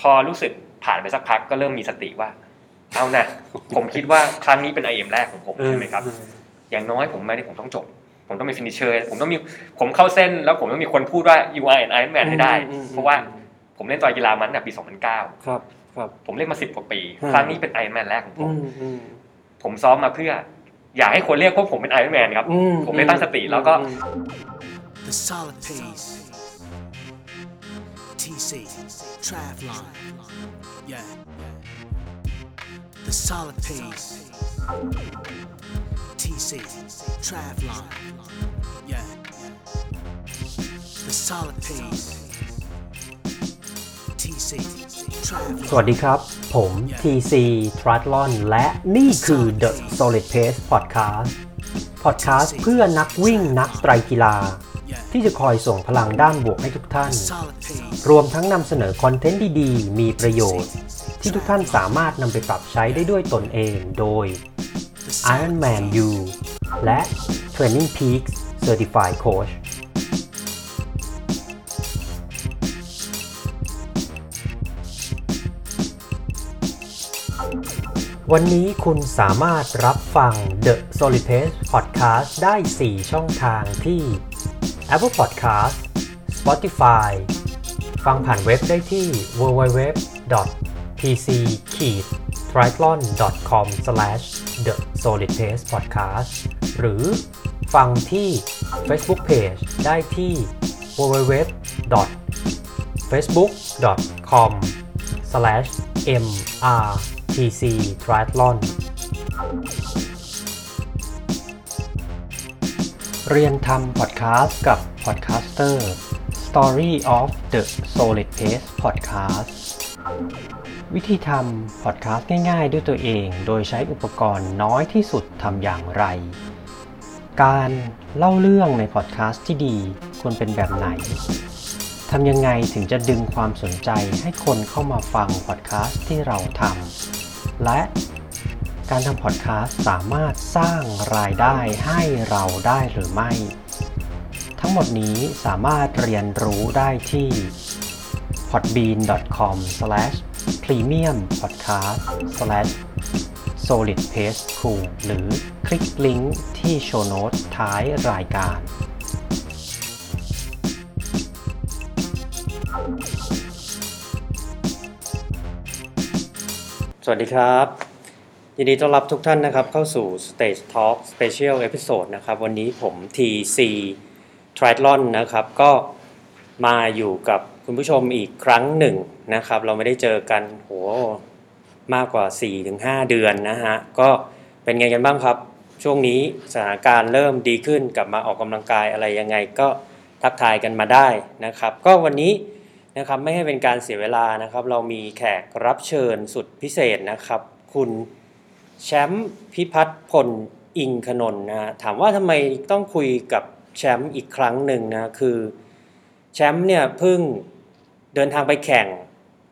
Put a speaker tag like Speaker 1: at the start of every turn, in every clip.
Speaker 1: พอรู้สึกผ่านไปสักพักก็เริ่มมีสติว่า เอา นะ ผมคิดว่าครั้งนี้เป็น IM แรกของผมใช่ไหมครับ อย่างน้อยผมมาที่ยผมต้องจบ ผมต้องเป็นฟินิเชอร์ผมต้องมีผมเข้าเส้นแล้วผมต้องมีคนพูดว่า U I and Iron Man ให้ได้
Speaker 2: อืมอืม
Speaker 1: เพราะว่าผมเล่นตอยกีฬามันตั้งแต่ปี 2009
Speaker 2: ครับครับ
Speaker 1: ผมเล่นมา 10 กว่าปี
Speaker 2: อืม
Speaker 1: ครั้งนี้เป็น Iron Man แรกของผ
Speaker 2: อื
Speaker 1: ม
Speaker 2: มอืม
Speaker 1: ผมซ้อมมาเพื่อ อยากให้คนเรียกว่าผมเป็น Iron Man ครับ
Speaker 2: อื
Speaker 1: ผมได้ตั้งสติแล้วก็
Speaker 2: อืม
Speaker 3: The solid phase. TC. Travlon. Yeah. The solid phase. TC. Travlon. Yeah. The solid phase. TC.
Speaker 4: ส
Speaker 3: Travlon.
Speaker 4: วัสดีครับ ผม TC Triathlon และนี่คือ The Solid Pace Podcast Podcast เพื่อนักวิ่งนักไตรกีฬา
Speaker 3: Yeah.
Speaker 4: ที่จะคอยส่งพลังด้านบวกให้ทุกท่าน
Speaker 3: The solid phase.
Speaker 4: รวมทั้งนำเสนอคอนเทนต์ดีๆ มีประโยชน์ ที่ทุกท่านสามารถนำไปปรับใช้ได้ด้วยตนเองโดย
Speaker 3: The solid
Speaker 4: Iron Man
Speaker 3: phase.
Speaker 4: U และ Training Peaks Certified Coachวันนี้คุณสามารถรับฟัง The s o l i p a c e Podcast ได้ 4 ช่องทางที่ Apple Podcast Spotify ฟังผ่านเว็บได้ที่ www pc triathlon com the solid pace podcast หรือฟังที่ Facebook Page ได้ที่ www facebook com mrtc triathlon เรียนทำพอดแคสต์กับพอดแคสเตอร์ Story of the Solid Pace Podcast วิธีทำพอดแคสต์ง่ายๆ ด้วยตัวเอง โดยใช้อุปกรณ์น้อยที่สุดทำอย่างไร การเล่าเรื่องในพอดแคสต์ที่ดีควรเป็นแบบไหน ทำยังไงถึงจะดึงความสนใจให้คนเข้ามาฟังพอดแคสต์ที่เราทำ และการทำพอดแคสต์สามารถสร้างรายได้ให้เราได้หรือไม่ ทั้งหมดนี้สามารถเรียนรู้ได้ที่ podbean.com/premiumpodcast/solidpacecool หรือคลิกลิงก์ที่โชว์โน้ตท้ายรายการ
Speaker 2: สวัสดีครับ ยินดีต้อนรับทุกท่านนะครับ เข้าสู่ Stage Talk Special Episode นะครับ วันนี้ผม TC Triathlon นะครับ ก็มาอยู่กับคุณผู้ชมอีกครั้งหนึ่งนะครับ เราไม่ได้เจอกันโหมากกว่า 4-5 เดือนนะฮะ ก็เป็นไงกันบ้างครับ ช่วงนี้สถานการณ์เริ่มดีขึ้นกลับมาออกกำลังกายอะไรยังไงก็ทักทายกันมาได้นะครับ ก็วันนี้ นะครับไม่ให้เป็นการเสียเวลานะครับ เรามีแขกรับเชิญสุดพิเศษนะครับ คุณแชมป์พิพัฒน์พลอิงขนนท์นะฮะถามว่าทำไมต้องคุยกับแชมป์อีกครั้งหนึ่งนะคือแชมป์เนี่ยเพิ่งเดินทางไปแข่ง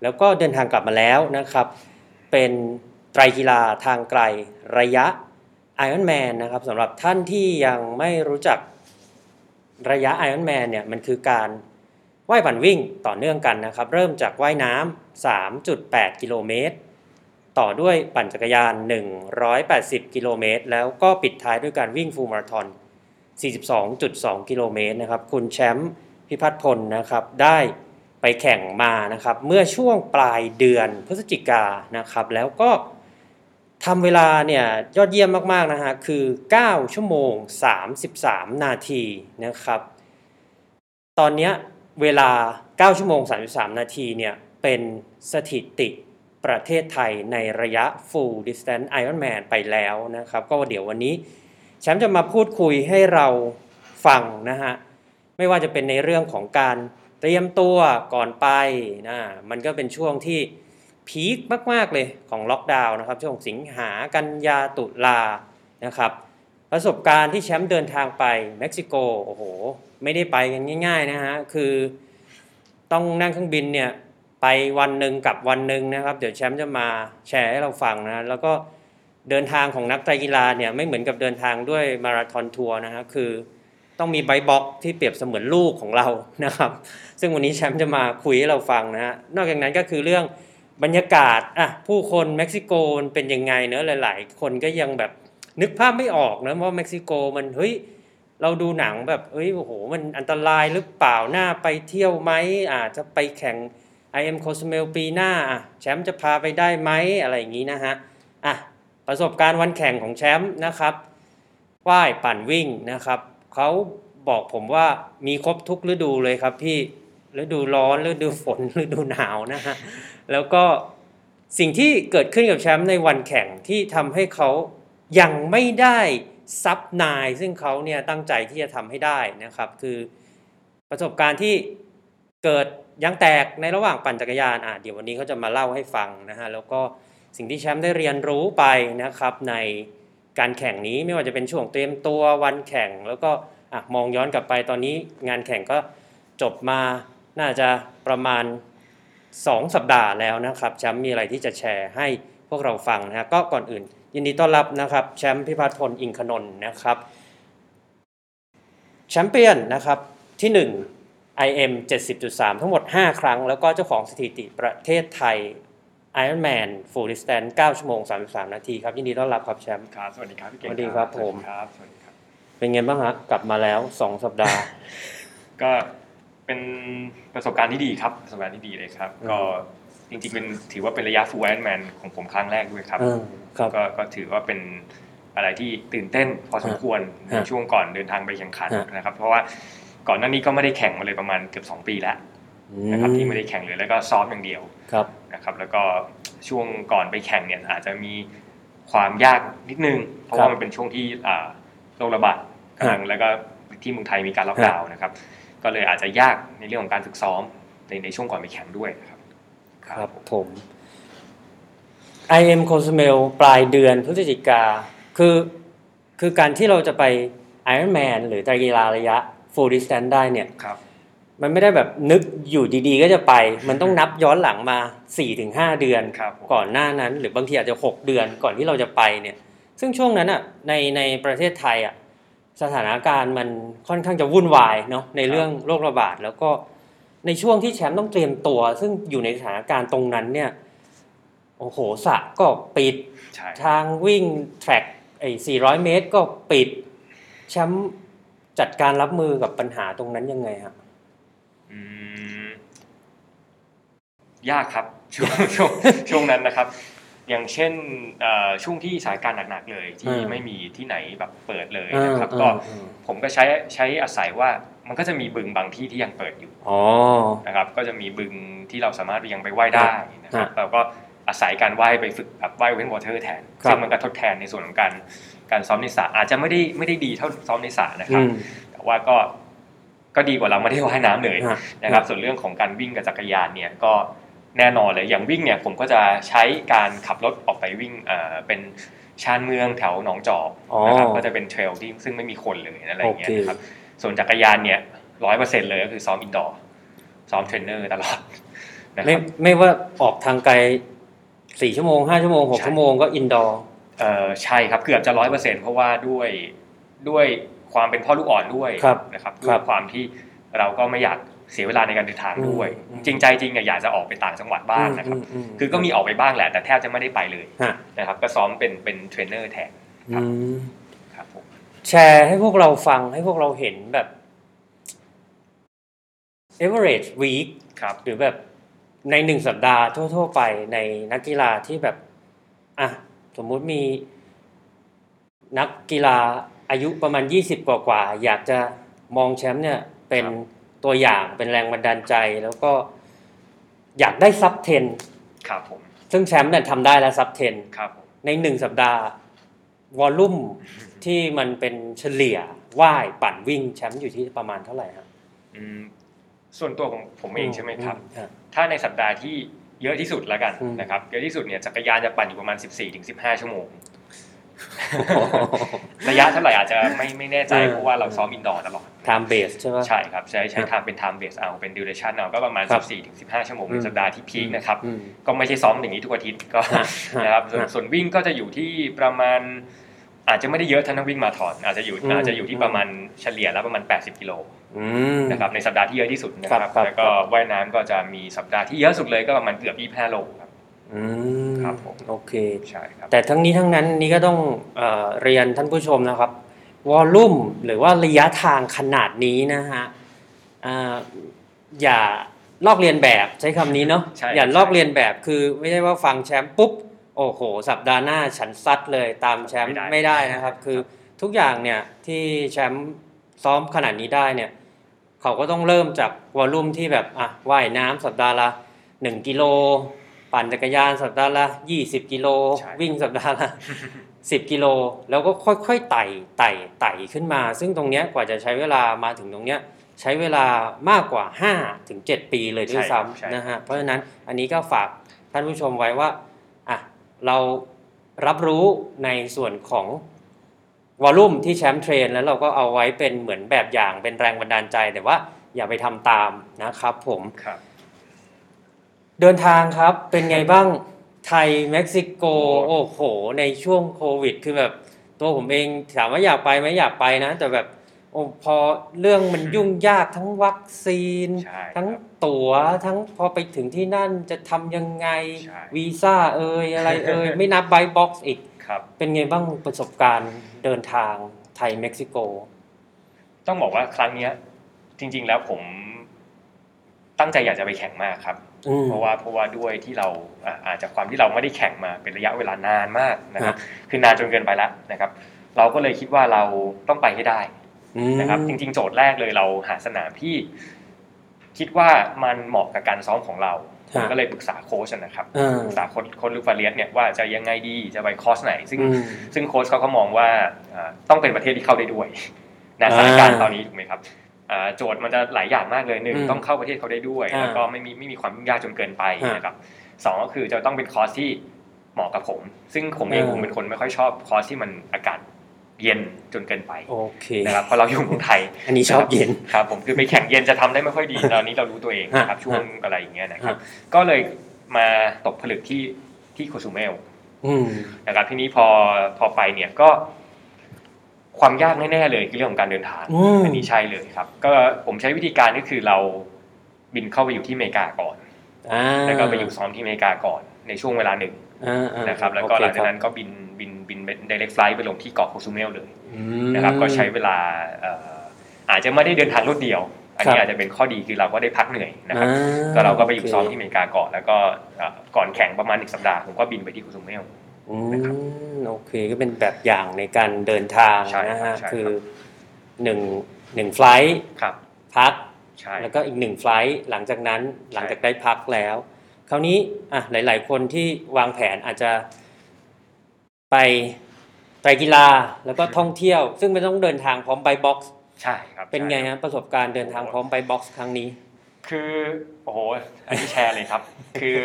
Speaker 2: แล้วก็เดินทางกลับมาแล้วนะครับ เป็นไตรกีฬาทางไกลระยะ Iron Man นะครับสำหรับท่านที่ยังไม่รู้จัก ระยะ Iron Man เนี่ยมันคือการว่ายปั่นวิ่งต่อเนื่องกันนะครับ เริ่มจากว่ายน้ำ3.8 กิโลเมตร ต่อด้วยปั่นจักรยาน 180 กิโลเมตร แล้วก็ปิดท้ายด้วยการวิ่งฟูลมาราธอน 42.2 กิโลเมตรนะครับ คุณแชมป์พิพัฒน์พลนะครับ ได้ไปแข่งมานะครับ เมื่อช่วงปลายเดือนพฤศจิกานะครับ แล้วก็ทำเวลาเนี่ยยอดเยี่ยมมาก ๆ นะฮะ คือ 9 ชั่วโมง 33 นาทีนะครับ ตอนเนี้ยเวลา 9 ชั่วโมง 33 นาทีเนี่ยเป็นสถิติประเทศไทยในระยะ full distance Ironman ไปแล้วนะครับ ก็เดี๋ยววันนี้ แชมป์จะมาพูดคุยให้เราฟังนะฮะ ไม่ว่าจะเป็นในเรื่องของการเตรียมตัวก่อนไปนะมันก็เป็นช่วงที่พีคมาก ๆ เลยของล็อกดาวน์นะครับ ช่วงสิงหากันยาตุลานะครับ ประสบการณ์ที่แชมป์เดินทางไปเม็กซิโกโอ้โห ไม่ได้ไปกันง่าย ๆ นะฮะ คือต้องนั่งเครื่องบินเนี่ย ไปวันหนึ่งกลับวันหนึ่งนะครับ เดี๋ยวแชมป์จะมาแชร์ให้เราฟังนะ แล้วก็เดินทางของนักไตรกีฬาเนี่ย ไม่เหมือนกับเดินทางด้วยมาราธอนทัวร์นะฮะคือ ต้องมีไบบ็อกที่เปรียบเสมือนลูกของเรานะครับ ซึ่งวันนี้แชมป์จะมาคุยให้เราฟังนะฮะนอกจากนั้นก็คือเรื่องบรรยากาศอ่ะผู้คนเม็กซิโกมันเป็นยังไงเนอะหลาย ๆ คนก็ยังแบบนึกภาพไม่ออกนะว่าเม็กซิโกมันเฮ้ย เราดูหนังแบบเฮ้ย โอ้โห มันอันตรายหรือเปล่า หน้าไปเที่ยวไหมอาจจะไปแข่ง I am Cozumel ปีหน้าอ่ะแชมป์จะพาไปได้ไหมอะไรอย่างนี้นะฮะ อ่ะ ประสบการณ์วันแข่งของแชมป์นะครับ ว่ายปั่นวิ่งนะครับ เขาบอกผมว่ามีครบทุกฤดูเลยครับพี่ ฤดูร้อน ฤดูฝน ฤดูหนาวนะฮะ แล้วก็สิ่งที่เกิดขึ้นกับแชมป์ในวันแข่งที่ทำให้เขายังไม่ได้ซับนาย ซึ่งเขาเนี่ยตั้งใจที่จะทำให้ได้นะครับ คือประสบการณ์ที่เกิดยางแตกในระหว่างปั่นจักรยานอ่ะเดี๋ยววันนี้เขาจะมาเล่าให้ฟังนะฮะแล้วก็สิ่งที่แชมป์ได้เรียนรู้ไปนะครับใน การแข่งนี้ไม่ว่าจะเป็นช่วงเตรียมตัววันแข่ง แล้วก็อ่ะมองย้อนกลับไปตอนนี้งานแข่งก็จบมาน่าจะประมาณ 2 สัปดาห์แล้วนะครับแชมป์มีอะไรที่จะแชร์ให้พวกเราฟังนะฮะก็ก่อนอื่น ยินดีต้อนรับนะครับแชมป์พิพัฒน์พลอิงคณนท์นะครับแชมเปี้ยนนะครับที่ 1 IM 70.3 ทั้งหมด 5 ครั้ง แล้วก็เจ้าของสถิติประเทศไทย Ironman Full Distance 9ชั่วโมง 33 นาทีครับยินดีต้อนรับครับแชมป์
Speaker 1: ครับ สวัสดีครับพี่เก่ง
Speaker 2: สวัสดีครับผม
Speaker 1: สวัสดีครับสวัสดีครับ
Speaker 2: เป็นไงบ้างฮะกลับมาแล้วสองสัปดาห์
Speaker 1: ก็เป็นประสบการณ์ที่ดีครับประสบการณ์ที่ดีเลยครับ
Speaker 2: อืม
Speaker 1: ก็จริงๆเป็นถือว่าเป็นระยะฟูลแอนด์แมนของผมครั้งแรกด้วยครับ
Speaker 2: เออครับ
Speaker 1: ก็ก็ถือว่าเป็นอะไรที่ตื่นเต้นพอสมควรใน
Speaker 2: ฮะ
Speaker 1: ช่วงก่อนเดินทางไปแข่งขัน
Speaker 2: ฮะ
Speaker 1: นะครับ เพราะว่าก่อนหน้านี้ก็ไม่ได้แข่งมาเลยประมาณเกือบ2 ปีแล้วนะครับที่ไม่ได้แข่งเลยแล้วก็ซ้อมอย่างเดียว
Speaker 2: ครับ
Speaker 1: นะครับ แล้วก็ช่วงก่อนไปแข่งเนี่ยอาจจะมีความยากนิดนึง เพราะว่ามันเป็นช่วงที่อ่าโรคระบาด กำลังแล้วก็ที่เมืองไทยมีการล็อกดาวน์นะครับ ก็เลยอาจจะยากในเรื่องของการฝึกซ้อมในในช่วงก่อนไปแข่งด้วยนะครับ
Speaker 2: ครับผม I am Cozumel ปลายเดือนพฤศจิกาคือคือการที่เราจะไป Ironman หรือตรกีฬาระยะ Full Distance ได้เนี่ย
Speaker 1: ครับ
Speaker 2: มันไม่ได้แบบนึกอยู่ดีๆ ก็จะไป มันต้องนับย้อนหลังมา 4-5 เดือน
Speaker 1: ครับผม
Speaker 2: ก่อนหน้านั้น หรือบางทีอาจจะ 6 เดือนก่อนที่เราจะไปเนี่ย ซึ่งช่วงนั้นอ่ะในในประเทศไทยอ่ะสถานการณ์มันค่อนข้างจะวุ่นวายเนาะในเรื่องโรคระบาด แล้วก็ในช่วงที่แชมป์ต้องเตรียมตัว ซึ่งอยู่ในสถานการณ์ตรงนั้นเนี่ยโอ้โหสระก็ปิด
Speaker 1: ใช่
Speaker 2: ทางวิ่งแทร็กไอ้400 เมตรก็ปิดแชมป์จัดการรับมือกับปัญหาตรงนั้นยังไงฮะ
Speaker 1: อืมยากครับ ช่วงช่วงช่วงนั้นนะครับ อย่างเช่นเอ่อช่วงที่สถานการณ์หนักๆเลย ที่
Speaker 2: อืม
Speaker 1: ไม่มีที่ไหนแบบเปิดเลยนะครับ
Speaker 2: อ่า
Speaker 1: ก็
Speaker 2: อ่า
Speaker 1: ผมก็ใช้ใช้อาศัยว่ามันก็จะมีบึงบางที่ที่ยังเปิดอยู่
Speaker 2: อ๋อ
Speaker 1: นะครับก็จะมีบึงที่เราสามารถยังไปว่ายได้นะค
Speaker 2: ครั
Speaker 1: รับบ เราก็อาศัยการว่ายไปฝึกแบบว่ายเว้นวอเทอร์แทน
Speaker 2: ครับ
Speaker 1: ซึ่งมันก็ทดแทนในส่วนของการการซ้อมในสระอาจจะไม่ได้ไม่ได้ดีเท่าซ้อมในสระนะครับ
Speaker 2: อืม
Speaker 1: แต่ว่าก็ก็ดีกว่าเราไม่ได้ว่ายน้ำเลย
Speaker 2: ฮะ
Speaker 1: นะครับ ส่วนเรื่องของการวิ่งกับจักรยานเนี่ยก็แน่นอนเลยอย่างวิ่งเนี่ยผมก็จะใช้การขับรถออกไปวิ่งเอ่อเป็นชานเมืองแถวหนองจอกนะครับ
Speaker 2: อ๋อ
Speaker 1: ก็จะเป็นเทรลที่ซึ่งไม่มีคนเลยอะไรอย่างเงี้ย
Speaker 2: โอเค
Speaker 1: นะครับส่วนจักรยานเนี่ยร้อยเปอร์เซ็นต์เลยก็คือซ้อมอินดอร์ซ้อมเทรนเนอร์ตลอด นะค
Speaker 2: ไม่
Speaker 1: รับ
Speaker 2: ไม่ว่าออกทางไกลสี่ชั่วโมงห้าชั่วโมงหก
Speaker 1: ใช่
Speaker 2: ชั่วโมงก็อินดอร์
Speaker 1: เอ่อใช่ครับเกือบจะร้อยเปอร์เซ็นต์เพราะว่าด้วยด้วยความเป็นพ่อลูกอ่อนด้วย
Speaker 2: ครับ
Speaker 1: นะครับ
Speaker 2: ค
Speaker 1: ด้
Speaker 2: รั
Speaker 1: วย
Speaker 2: บ
Speaker 1: ความที่เราก็ไม่อยากเสียเวลาในการเดินทางด้วย
Speaker 2: อืม
Speaker 1: จริงใจจริงอะอยากจะออกไปต่างจังหวัดบ้างนะครับ คือก็มีออกไปบ้างแหละ แต่แทบจะไม่ได้ไปเลย
Speaker 2: ฮะ
Speaker 1: นะครับ ก็ซ้อมเป็นเป็นเทรนเนอร์แทน
Speaker 2: อืม
Speaker 1: ครับผม
Speaker 2: แชร์ให้พวกเราฟังให้พวกเราเห็นแบบ average week
Speaker 1: ครับ
Speaker 2: หรือแบบในหนึ่งสัปดาห์ทั่ว ๆ ไปในนักกีฬาที่แบบอ่ะสมมุติมีนักกีฬาอายุประมาณ 20 กว่ากว่าๆอยากจะมองแชมป์เนี่ยเป็น
Speaker 1: ครับ
Speaker 2: ตัวอย่างเป็นแรงบันดาลใจแล้วก็อยากได้ซับเทน
Speaker 1: ครับผม
Speaker 2: ซึ่งแชมป์เนี่ยทำได้แล้วซับเทน
Speaker 1: ครับ ผม
Speaker 2: ในหนึ่งสัปดาห์วอลลุ่มที่มันเป็นเฉลี่ยว่ายปั่นวิ่งแชมป์อยู่ที่ประมาณเท่าไหร่ครับ
Speaker 1: อืมส่วนตัวของผมเองใช่ไหมครับ
Speaker 2: ครับ
Speaker 1: ถ้าในสัปดาห์ที่เยอะที่สุดแล้วกัน
Speaker 2: อืม
Speaker 1: นะครับเยอะที่สุดเนี่ยจักรยานจะปั่นอยู่ประมาณ 14-15 ชั่วโมง ระยะเท่าไหร่อาจจะไม่ไม่แน่ใจ
Speaker 2: เออ
Speaker 1: เพราะว่าเราซ้อมอินดอร์ตลอด
Speaker 2: ไทม์เบสใช่ไหม
Speaker 1: ใช่ครับ ใช้ใช้
Speaker 2: ครับ
Speaker 1: ทำเป็น time base เอาเป็น duration เอาก็ประมาณ
Speaker 2: ครับ
Speaker 1: 14ถึง15 ชั่วโมง
Speaker 2: อืม
Speaker 1: ในสัปดาห์ที่พีคนะครับ
Speaker 2: อืม
Speaker 1: ก็ไม่ใช่ซ้อมอย่างนี้ทุกอาทิตย์ก็
Speaker 2: ฮะ
Speaker 1: นะครับส่วน
Speaker 2: ฮะ
Speaker 1: ส่วนวิ่งก็จะอยู่ที่ประมาณ อาจจะไม่ได้เยอะเท่านักวิ่งมาราธอนอาจจะอยู่
Speaker 2: อืม
Speaker 1: อาจจะอยู่ที่ประมาณเฉลี่ยแล้วประมาณ 80 กิโล
Speaker 2: อืม
Speaker 1: นะครับในสัปดาห์ที่เยอะที่สุดนะค
Speaker 2: ครั
Speaker 1: รั
Speaker 2: บบ ครับ
Speaker 1: แล้วก็ว่ายน้ำก็จะมีสัปดาห์ที่เยอะสุดเลยก็ประมาณเกือบ 25 โลครับ
Speaker 2: อืม
Speaker 1: ครับผม
Speaker 2: โอเค
Speaker 1: ใช่ครับ
Speaker 2: แต่ทั้งนี้ทั้งนั้นนี่ก็ต้องเออเรียนท่านผู้ชมนะครับวอลลุ่มหรือว่าระยะทางขนาดนี้นะฮะอ่าอย่าลอกเรียนแบบใช้คำนี้เนาะ
Speaker 1: ใช่
Speaker 2: อย่า
Speaker 1: ใช่
Speaker 2: ลอกเรียนแบบคือไม่ใช่ว่าฟังแชมป์ปุ๊บโอ้โห สัปดาห์หน้าฉันซัดเลยตามแชมป์ไม่ได้นะครับ คือทุกอย่างเนี่ยที่แชมป์ซ้อมขนาดนี้ได้เนี่ยเขาก็ต้องเริ่มจากวอลลุ่มที่แบบอ่ะว่ายน้ำสัปดาห์ละ 1 กิโล ปั่นจักรยานสัปดาห์ละ 20 กิโล
Speaker 1: ใช่
Speaker 2: วิ่งสัปดาห์ละ 10 กิโล แล้วก็ค่อยๆไต่ไต่ไต่ขึ้นมา ซึ่งตรงเนี้ยกว่าจะใช้เวลามาถึงตรงเนี้ยใช้เวลามากกว่า 5 ถึง 7 ปีเลยด้วยซ้ำนะฮะเพราะฉะนั้นอันนี้ก็ฝากท่านผู้ชมไว้ว่าอ่ะเรารับรู้ในส่วนของวอลลุ่มที่แชมป์เทรน แล้วเราก็เอาไว้เป็นเหมือนแบบอย่างเป็นแรงบันดาลใจแต่ว่าอย่าไปทำตามนะครับผม
Speaker 1: ครับ
Speaker 2: เดินทางครับเป็นไงบ้างไทยเม็กซิโก
Speaker 1: โอ้
Speaker 2: โอ้โห ในช่วงโควิด คือแบบตัวผมเองถามว่าอยากไปไหมอยากไปนะ แต่แบบโอ้พอเรื่องมันยุ่งยากทั้งวัคซีน
Speaker 1: ใช่ค
Speaker 2: ทั้ง
Speaker 1: รับ
Speaker 2: ตั๋วทั้งพอไปถึงที่นั่นจะทำยังไง
Speaker 1: ใช่
Speaker 2: วีซ่าเอ่ยอะไรเอ่ย ไม่นับไบบ็อกซ์อีก
Speaker 1: ครับ
Speaker 2: เป็นไงบ้างประสบการณ์เดินทางไทยเม็กซิโก
Speaker 1: ต้องบอกว่าครั้งเนี้ยจริง ๆ แล้วผมตั้งใจอยากจะไปแข่งมากครับ
Speaker 2: อืม
Speaker 1: เพราะว่าเพราะว่าด้วยที่เราอ่ะอาจจะความที่เราไม่ได้แข่งมาเป็นระยะเวลานานมากนะครับ คือนานจนเกินไปแล้วนะครับ เราก็เลยคิดว่าเราต้องไปให้ได้นะครับ จริง ๆ โจทย์แรกเลยเราหาสนามที่คิดว่ามันเหมาะกับการซ้อมของเรา
Speaker 2: ฮะ
Speaker 1: ก็เลยปรึกษาโค้ชนะครับ
Speaker 2: อ่า
Speaker 1: ปรึกษาโค้ชโค้ชลูกฟาเลียสเนี่ยว่าจะยังไงดีจะไปคอร์สไหน ซึ่ง
Speaker 2: อืม
Speaker 1: ซึ่งโค้ชเขาก็มองว่าอ่าต้องเป็นประเทศที่เข้าได้ด้วย นะ
Speaker 2: อ่า
Speaker 1: สถานการณ์ตอนนี้ถูกไหมครับอ่าโจทย์มันจะหลายอย่างมากเลยหนึ่ง
Speaker 2: อืม
Speaker 1: ต้องเข้าประเทศเขาได้ด้วย
Speaker 2: อ่า
Speaker 1: แล้วก็ไม่มีไม่มีความยุ่งยากจนเกินไป
Speaker 2: อ่าน
Speaker 1: นะครับสองก็คือจะต้องเป็นคอร์สที่เหมาะกับผม ซึ่งผมเอง
Speaker 2: อ่า
Speaker 1: ผมเป็นคนไม่ค่อยชอบคอร์สที่มันอากาศเย็นจนเกินไป
Speaker 2: โอเค
Speaker 1: นะครับเพราะเราอยู่เมืองไทย
Speaker 2: อันนี้ชอบเย็น
Speaker 1: ครับผมคือไปแข่งเย็นจะทำได้ไม่ค่อย ดีตอนนี้เรารู้ตัวเองนะครับ
Speaker 2: ฮะ
Speaker 1: ช่วงอะไรอย่างเงี้ยนะครับ
Speaker 2: ฮะ
Speaker 1: ก็เลยมาตกผลึกที่ที่โคซูเมล
Speaker 2: อืม
Speaker 1: นะครับทีนี้พอพอไปเนี่ยก็ความยากแน่ๆเลยคือเรื่องของการเดินทาง
Speaker 2: อืม
Speaker 1: นนี้ใช่เลยครับ ก็ผมใช้วิธีการก็คือเราบินเข้าไปอยู่ที่อเมริกาก่อน
Speaker 2: อ่า
Speaker 1: แล้วก็ไปอยู่ซ้อมที่อเมริกาก่อนในช่วงเวลาหนึ่ง
Speaker 2: อ่าอ่า
Speaker 1: นะครับ แล้วก็
Speaker 2: โอเค
Speaker 1: หลังจาก
Speaker 2: ครับ
Speaker 1: นั้นก็บินบินบินเดลิเวอรี่ไปลงที่เกาะโคซูเมลเลย
Speaker 2: อืม
Speaker 1: นะครับ ก็ใช้เวลาเอ่ออาจจะไม่ได้เดินทางรวดเดียว อันนี้
Speaker 2: ครับ
Speaker 1: อาจจะเป็นข้อดีคือเราก็ได้พักเหนื่อยนะครับ
Speaker 2: อ่
Speaker 1: ก็เราก็ไปอยู่ซ้อมที่อ
Speaker 2: โเค
Speaker 1: เมริกาก่อน แล้วก็เอ่อก่อนแข่งประมาณหนึ่งสัปดาห์ผมก็บินไปที่โคซูเมล
Speaker 2: อื
Speaker 1: นะครับ
Speaker 2: มโอเคก็เป็นแบบอย่างในการเดินทาง
Speaker 1: ใช่ครับ
Speaker 2: นะฮะ
Speaker 1: ใช่ครับ
Speaker 2: คือหนึ่งหนึ่งไฟลท์
Speaker 1: ครับ
Speaker 2: พัก
Speaker 1: ใช่
Speaker 2: แล้วก็อีกหนึ่งไฟลท์หลังจากนั้นหลังจากได้พักแล้ว คราวนี้อ่ะหลาย ๆ คนที่วางแผนอาจจะไปไตรกีฬาแล้วก็ท่องเที่ยว ซึ่งไม่ต้องเดินทางพร้อมไปบ็อกซ์
Speaker 1: ใช่ครับ
Speaker 2: เป็นไง
Speaker 1: ใช่ครับ
Speaker 2: ฮะประสบการณ์เดินทางพร้อมไปบ็อกซ์ครั้งนี้
Speaker 1: คือโอ้โหอันนี้แชร์เลย ครับ คือ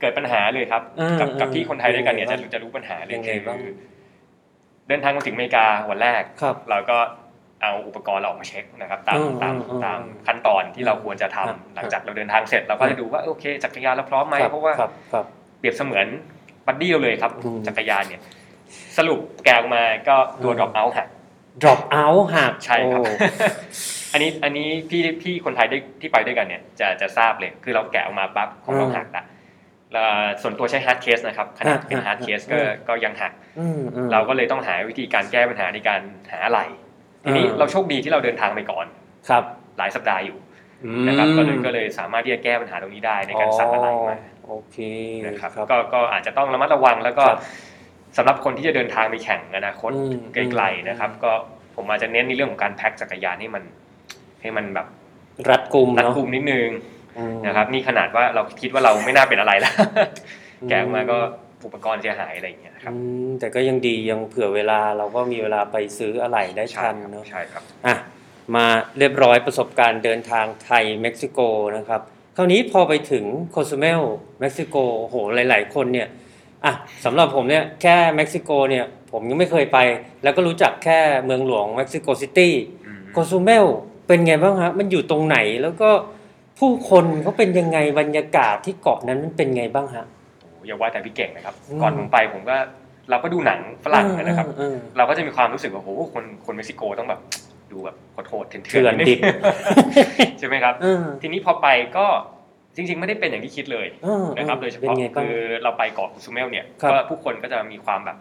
Speaker 1: เกิดปัญหาเลยครับ
Speaker 2: อ่า
Speaker 1: กับกับ
Speaker 2: อ่า
Speaker 1: ที่คนไทยด้วยกันเนี่ย
Speaker 2: ยั
Speaker 1: จะ
Speaker 2: งไงบ้าง
Speaker 1: จะรู้ปัญหาเล
Speaker 2: ยั
Speaker 1: ย
Speaker 2: งไง
Speaker 1: คือ
Speaker 2: บ้าง
Speaker 1: เดินทางมาถึงอเมริกาวันแรก
Speaker 2: ครับ
Speaker 1: เราก็เอาอุปกรณ์เราออกมาเช็คนะครับ ตาม
Speaker 2: อืม
Speaker 1: ตาม
Speaker 2: อืม
Speaker 1: ตามขั้นตอนที่เราควรจะทำ
Speaker 2: ครับ
Speaker 1: หลังจากเราเดินทางเสร็จเราก็
Speaker 2: ครับ
Speaker 1: จะดูว่าโอเคจักรยานเราพร้อมไหม
Speaker 2: ครับ
Speaker 1: เพราะว่า
Speaker 2: ครับครับ
Speaker 1: เปรียบเสมือนบัดดี้เราเลยครับ
Speaker 2: อืม
Speaker 1: จักรยานเนี่ย สรุปแกะออกมาก็ตัว
Speaker 2: อืม
Speaker 1: ดรอปเอาท์หัก
Speaker 2: drop out หัก
Speaker 1: ใช่ครับ
Speaker 2: โอ้
Speaker 1: อันนี้อันนี้พี่พี่คนไทยได้ที่ไปด้วยกันเนี่ยจะจะทราบเลย คือเราแกะออกมาปั๊บของเรา
Speaker 2: อืม
Speaker 1: หักละแล้วส่วนตัวใช้ hard case นะครับขนาดเป็น
Speaker 2: อ่า
Speaker 1: hard case
Speaker 2: อ่า
Speaker 1: ก็ก็ยังหัก
Speaker 2: อืมอืม
Speaker 1: เราก็เลยต้องหาวิธีการแก้ปัญหาในการหาอะไรทีนี้
Speaker 2: อ่า
Speaker 1: เราโชคดีที่เราเดินทางไปก่อน
Speaker 2: ครับ
Speaker 1: หลายสัปดาห์อยู่นะครับก็เลยก็เลยสามารถที่จะแก้ปัญหาตรงนี้ได้ในการสั่งอะไรมา
Speaker 2: โอเค
Speaker 1: นะครับ
Speaker 2: ครับ
Speaker 1: ก็ก็อาจจะต้องระมัดระวังแล้วก็
Speaker 2: ครับ
Speaker 1: สำหรับคนที่จะเดินทางไปแข่งอนาคต
Speaker 2: อืม
Speaker 1: ไกลๆนะครับ ก็ผมอาจจะเน้นในเรื่องของการแพ็คจักรยานให้มัน ให้มันแบบ
Speaker 2: รัดกุม
Speaker 1: รัด
Speaker 2: เนาะ
Speaker 1: กุมนิดนึง
Speaker 2: อืม
Speaker 1: นะครับนี่ขนาดว่าเราคิดว่าเราไม่น่าเป็นอะไรแล้ว
Speaker 2: อืม
Speaker 1: แกะออกมาก็อุปกรณ์เสียหายอะไรอย่างเงี้ยครับ
Speaker 2: อืมแต่ก็ยังดียังเผื่อเวลาเราก็มีเวลาไปซื้ออะไหล่ได้ทันเนาะ
Speaker 1: ใช่ครับ
Speaker 2: อ่ะมาเรียบร้อยประสบการณ์เดินทางไทยเม็กซิโกนะครับ คราวนี้พอไปถึงโคซูเมลเม็กซิโกโหหลาย ๆ คนเนี่ยอ่ะสำหรับผมเนี่ยแค่เม็กซิโกเนี่ยผมยังไม่เคยไป แล้วก็รู้จักแค่เมืองหลวงเม็กซิโกซิตี้ โกซูเมลเป็นไงบ้างฮะ มันอยู่ตรงไหนแล้วก็ผู้คนเขาเป็นยังไงบรรยากาศที่เกาะนั้นมันเป็นไงบ้างฮะ
Speaker 1: โอ้โหอย่าว่าแต่พี่เก่งนะครับ
Speaker 2: อืม
Speaker 1: ก่อนผมไปผมก็ เราก็ดูหนังฝรั่งนะครับ
Speaker 2: เออ
Speaker 1: เราก็จะมีความรู้สึกว่าโอ้โหคนคนเม็กซิโกต้องแบบดูแบบโหดๆเถื่อนๆ
Speaker 2: เถื่อน
Speaker 1: นิ
Speaker 2: ดิ
Speaker 1: ง
Speaker 2: บ
Speaker 1: ใช่ไหมครับ
Speaker 2: เออ
Speaker 1: ทีนี้พอไปก็จริง ๆ ไม่ได้เป็นอย่างที่คิดเลย
Speaker 2: เออ
Speaker 1: นะครับ โดยเฉพาะ
Speaker 2: ป็นไงบ้าง
Speaker 1: คือเราไปเกาะกุซูเมลเนี่ย
Speaker 2: ครับ
Speaker 1: ก็ผู้คนก็จะมีความแบบ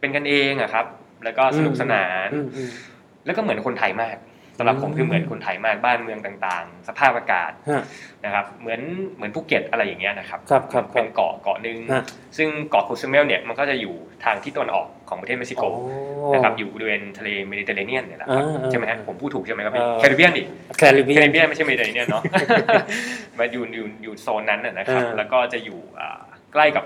Speaker 1: เป็นกันเองอะครับ แล้วก็สนุก
Speaker 2: อืม
Speaker 1: สนาน
Speaker 2: อืมอืม
Speaker 1: แล้วก็เหมือนคนไทยมากสำหรับผม
Speaker 2: อืม
Speaker 1: คือเหมือนคนไทยมากบ้านเมืองต่างๆ สภาพอากาศ
Speaker 2: ฮะ
Speaker 1: นะครับ เหมือนเหมือนภูเก็ตอะไรอย่างเงี้ยนะครับ
Speaker 2: ครับครับครับ
Speaker 1: เป็นเกาะเกาะหนึ่ง
Speaker 2: ฮะ
Speaker 1: ซึ่งเกาะคูซูเมลเนี่ยมันก็จะอยู่ทางที่ตะวันออกของประเทศเม็กซิโกนะครับอยู่บริเวณทะเลเมดิเตอร์เรเนียนเนี่ยแหละครับ
Speaker 2: อ่าอ่า
Speaker 1: ใช่ไหมฮะผมพูดถูกใช่ไหมครับ
Speaker 2: เอ่อ
Speaker 1: แคริบเบียนดิ
Speaker 2: แคริบเบี
Speaker 1: แคริ
Speaker 2: ยน
Speaker 1: บเบียนไม่ใช่เมดิเตอร์เรเนียน เนาะ มาอยู่อยู่อยู่โซนนั้นนะนะครับ
Speaker 2: อ่า
Speaker 1: แล้วก็จะอยู่อ่าใกล้กับ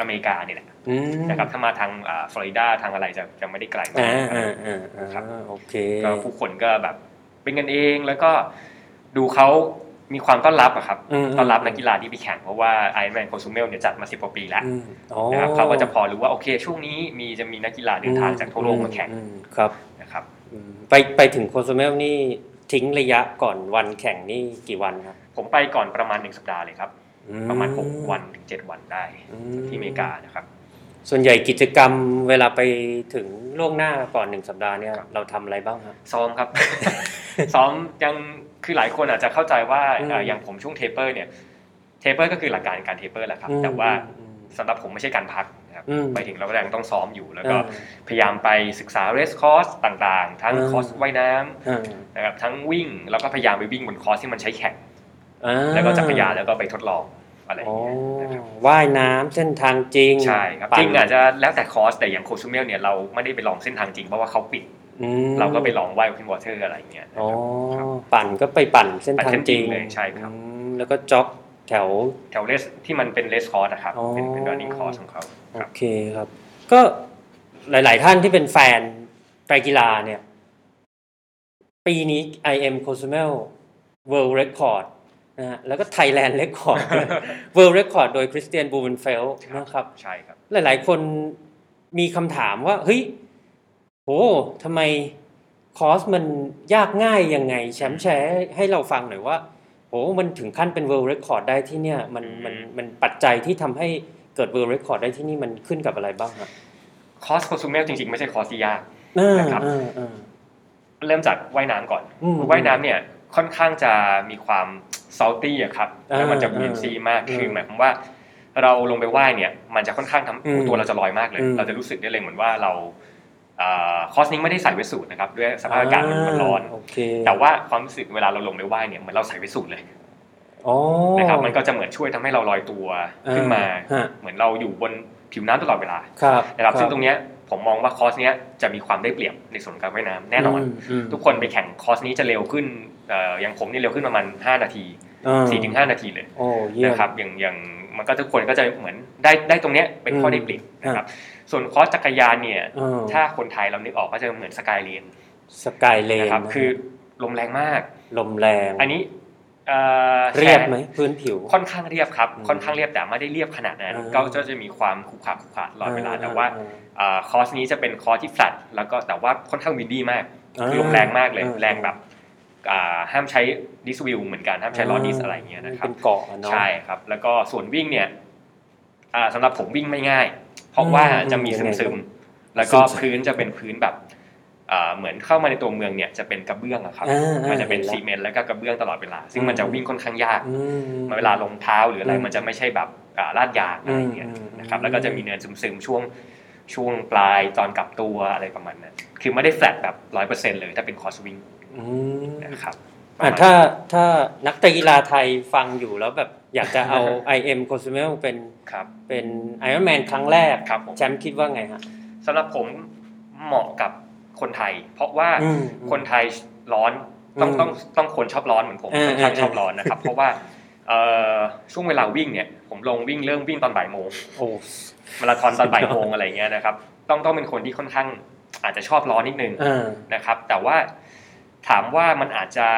Speaker 1: อเมริกานี่แหละ
Speaker 2: อืม
Speaker 1: นะครับถ้ามาทางอ่าฟลอริดาทางอะไรจะจะไม่ได้ไกลมาก
Speaker 2: อ่า
Speaker 1: นะครับ
Speaker 2: อ่าอ่าอ่า
Speaker 1: ครับ
Speaker 2: โอเค
Speaker 1: ก็ผู้คนก็แบบเป็นกันเองแล้วก็ดูเขามีความต้อนรับอะครับ
Speaker 2: อืม
Speaker 1: ต้อนรับนักกีฬาที่ไปแข่งเพราะว่าไอแมนโคซูเมลเนี่ยจัดมาสิบกว่าปีแล้ว
Speaker 2: อืมอ๋อ
Speaker 1: นะครับเขาก็จะพอรู้ว่าโอเค ช่วงนี้มีจะมีนักกีฬาเดินทางจากทั่วโลกมาแข่ง
Speaker 2: อือืมครับ
Speaker 1: นะครับ
Speaker 2: อืมไปไปถึงโคโซเมลนี่ทิ้งระยะก่อนวันแข่งนี่กี่วันครับ
Speaker 1: ผมไปก่อนประมาณหนึ่งสัปดาห์เลยครับ
Speaker 2: อื
Speaker 1: ประมาณ 6 วันถึง 7 วันได้
Speaker 2: อื
Speaker 1: ที่อเมริกานะครับ
Speaker 2: ส่วนใหญ่กิจกรรมเวลาไปถึงล่วงหน้าก่อนหนึ่งสัปดาห์เนี่ย
Speaker 1: ครับ
Speaker 2: เราทำอะไรบ้างครับ
Speaker 1: ซ้อมครับ ซ้อมยังคือหลายคนอาจจะเข้าใจว่าเอ่ออ
Speaker 2: ม
Speaker 1: อย่างผมช่วงเทปเปอร์เนี่ยเทปเปอร์ก็คือหลักการการเทปเปอร์แหละครับแต่ว่า
Speaker 2: อืม
Speaker 1: สำหรับผมไม่ใช่การพักนะครับ
Speaker 2: อืม
Speaker 1: ไปถึงเราก็ยังต้องซ้อมอยู่ แล้วก็
Speaker 2: อ่า
Speaker 1: พยายามไปศึกษาเรสคอร์สต่างๆ ทั้ง
Speaker 2: อ่า
Speaker 1: คอร์สว่ายน้ำ
Speaker 2: อืม
Speaker 1: นะครับทั้งวิ่งแล้วก็พยายามไปวิ่งบนคอร์สที่มันใช้แข่ง
Speaker 2: อ่า
Speaker 1: แล้วก็จักรยานแล้วก็ไปทดลองอะไรอย่า
Speaker 2: อ๋อง
Speaker 1: เงี้ยนะครับ
Speaker 2: ว่ายน้ำเส้นทางจริง
Speaker 1: ใช่ครับ
Speaker 2: ปั่น
Speaker 1: จริงอาจจะแล้วแต่คอร์สแต่อย่างโคซูเมลเนี่ยเราไม่ได้ไปลองเส้นทางจริงเพราะว่าเขาปิด
Speaker 2: อืม
Speaker 1: เราก็ไปลองว่ายพิมวอเตอร์อะไรอย่างเงี้ยนะค
Speaker 2: อ๋อ
Speaker 1: รับครับ
Speaker 2: ปั่นก็ไปปั่นเส้น
Speaker 1: ปั่น
Speaker 2: ทาง
Speaker 1: เส้น
Speaker 2: จ
Speaker 1: จริ
Speaker 2: ริ
Speaker 1: ง
Speaker 2: ง
Speaker 1: เลยใช่ครับ
Speaker 2: อืมแล้วก็จ็อกแถว
Speaker 1: แถวเรสที่มันเป็นเรสคอร์สนะครับเป็นเป็น running course ของเขา
Speaker 2: โอ
Speaker 1: ครับ
Speaker 2: เคครับ ก็หลาย ๆ ท่านที่เป็นแฟนไตรกีฬาเนี่ย ปีนี้ IM Cozumel World Record นะฮะแล้วก็ Thailand Record ด้วย World Record โดย Christian b u b e n f e l d
Speaker 1: ครับ
Speaker 2: นะครับ
Speaker 1: ใช่ครับ
Speaker 2: หลาย ๆ คนมีคำถามว่า เฮ้ย โหทำไมคอร์สมันยากง่ายยังไง แชมป์แชร์ให้เราฟังหน่อยว่า โห มันถึงขั้นเป็น world record ได้ที่เนี่ย มัน มัน มันปัจจัยที่ทำให้เกิด world record ได้ที่นี่มันขึ้นกับอะไรบ้างครับ
Speaker 1: คอร์สโคซูเมลจริงๆไม่ใช่คอร์สที่ยาก นะครับ
Speaker 2: อ่าอ่า
Speaker 1: เริ่มจากว่ายน้ำก่อน
Speaker 2: อืม
Speaker 1: ว่ายน้ำเนี่ยค่อนข้างจะมีความซอลตี้อะครับ
Speaker 2: อ่า
Speaker 1: แล้วมันจะวีนซีมาก
Speaker 2: อืม
Speaker 1: คือหมายความว่า เราลงไปว่ายเนี่ย มันจะค่อนข้างทำ
Speaker 2: อืม
Speaker 1: ตัวเราจะลอยมากเลย
Speaker 2: อืม
Speaker 1: เราจะรู้สึกได้เลยเหมือนว่าเราเอ่อคอร์สนี้ไม่ได้ใส่เวสสูทนะครับ ด้วยสภาพอากาศมันา มันร้อน
Speaker 2: โอเค
Speaker 1: แต่ว่าความรู้สึกเวลาเราลงไปว่ายเนี่ยเหมือนเราใส่เวสสูทเลย
Speaker 2: อ๋อ
Speaker 1: นะครับ มันก็จะเหมือนช่วยทำให้เราลอยตัวขึ้นมา
Speaker 2: ฮะ
Speaker 1: เหมือนเราอยู่บนผิวน้ำตลอดเวลา
Speaker 2: ครับ
Speaker 1: นะครับ ซึ่งตรงเนี้ยผมมองว่าคอร์สเนี้ยจะมีความได้เปรียบในส่วนของการว่ายน้ำแน่นอน
Speaker 2: มม
Speaker 1: ทุกคนไปแข่งคอร์สนี้จะเร็วขึ้นเอ่ออย่างผมนี่เร็วขึ้นประมาณ 5 นาที
Speaker 2: อ่
Speaker 1: 4-5 นาทีเลย
Speaker 2: โอ้เยี่ยม
Speaker 1: นะครับ อย่างอย่างมันก็ทุกคนก็จะเหมือนได้ได้ตรงเนี้ยเป็นข้อได้เปรียบนะครับ ส่วนคอร์สจักรยานเนี่ย
Speaker 2: อ่า
Speaker 1: ถ้าคนไทยเรานึกออกก็จะเหมือนสกายเลน
Speaker 2: สกายเลน
Speaker 1: นะครับ คือลมแรงมาก
Speaker 2: ลมแรง
Speaker 1: อันนี้เอ่อ
Speaker 2: เรียบไหม
Speaker 1: แช
Speaker 2: พื้นผิว
Speaker 1: ค่อนข้างเรียบครับ
Speaker 2: อืม
Speaker 1: ค่อนข้างเรียบแต่ไม่ได้เรียบขนาดนั้น
Speaker 2: อ่า
Speaker 1: ก็ก็จะมีความขรุขระขรุขระตลอดเวลา แต่ว่า
Speaker 2: อ่
Speaker 1: เอ่อคอร์สนี้จะเป็นคอร์สที่ flat แล้วก็แต่ว่าค่อนข้างวินดี้มาก
Speaker 2: อ่า
Speaker 1: คือลมแรงมากเลย
Speaker 2: อ่า
Speaker 1: แรงแบบอ่าห้ามใช้ดิสวิลเหมือนกันห้ามใช้ล้อดิสอะไรอย่างเงี้ยนะครับ
Speaker 2: เป็นเกาะอะเนาะ
Speaker 1: ใช่ครับ แล้วก็ส่วนวิ่งเนี่ยอ่าสำหรับผมวิ่งไม่ง่าย เพราะว่า
Speaker 2: อืม
Speaker 1: จะมี
Speaker 2: ยั
Speaker 1: ซึม
Speaker 2: งไง
Speaker 1: ซึมแล้วก็
Speaker 2: ซึมๆ
Speaker 1: พื้นจะเป็นพื้นแบบอ่าเหมือนเข้ามาในตัวเมืองเนี่ยจะเป็นกระเบื้องอะครับ
Speaker 2: อ่าอ่ามั
Speaker 1: มันจะเป็น
Speaker 2: เห็นละ
Speaker 1: ซีเมนต์แล้วก็กระเบื้องตลอดเวลา ซึ่งมันจะ
Speaker 2: อืม
Speaker 1: วิ่งค่อนข้างยาก
Speaker 2: อืม
Speaker 1: เวลารองเท้าหรืออะไร
Speaker 2: อืม
Speaker 1: มันจะไม่ใช่แบบอ่าลาดยางอะไรอย่างเงี้ย
Speaker 2: อืมอืม
Speaker 1: นะครับ
Speaker 2: อืม
Speaker 1: แล้วก็จะมีเนินซึมๆช่วงช่วงปลายตอนกลับตัวอะไรประมาณนั้นคือไม่ได้แฟลตแบบร้อยเปอร์เซ็นต์เลยถ้าเป็นคอร์สวิ่ง
Speaker 2: อืม
Speaker 1: นะครับ
Speaker 2: อ่ะถ้าถ้านักเตะกีฬาไทยฟังอยู่แล้วแบบอยาก จะเอา IM c o s m e l เป็น
Speaker 1: ครับ
Speaker 2: เป็น Iron Man ครั้งแรก
Speaker 1: ครับผม
Speaker 2: แชมป์คิดว่าไงฮะ
Speaker 1: สำหรับผมเหมาะกับคนไทย เพราะว่า
Speaker 2: อืม
Speaker 1: คนไทยร้อนต้อง
Speaker 2: อืม
Speaker 1: ต้องต้องคนชอบร้อนเหมือนผม
Speaker 2: เอ
Speaker 1: ค่
Speaker 2: อ
Speaker 1: อนข้าง
Speaker 2: เออ
Speaker 1: ชอบร้อนนะครับ เพราะว่าเอ่อช่วงเวลาวิ่งเนี่ยผมลงวิ่งเริ่มวิ่งตอนบ่ายโมง
Speaker 2: โอ้
Speaker 1: มาราธอนตอนบ่ายโมงอะไรเงี้ยนะครับ ต้องต้องเป็นคนที่ค่อนข้างอาจจะชอบร้อนนิดนึง
Speaker 2: อ่า
Speaker 1: นะครับแต่ว่าถามว่ามันอาจจะ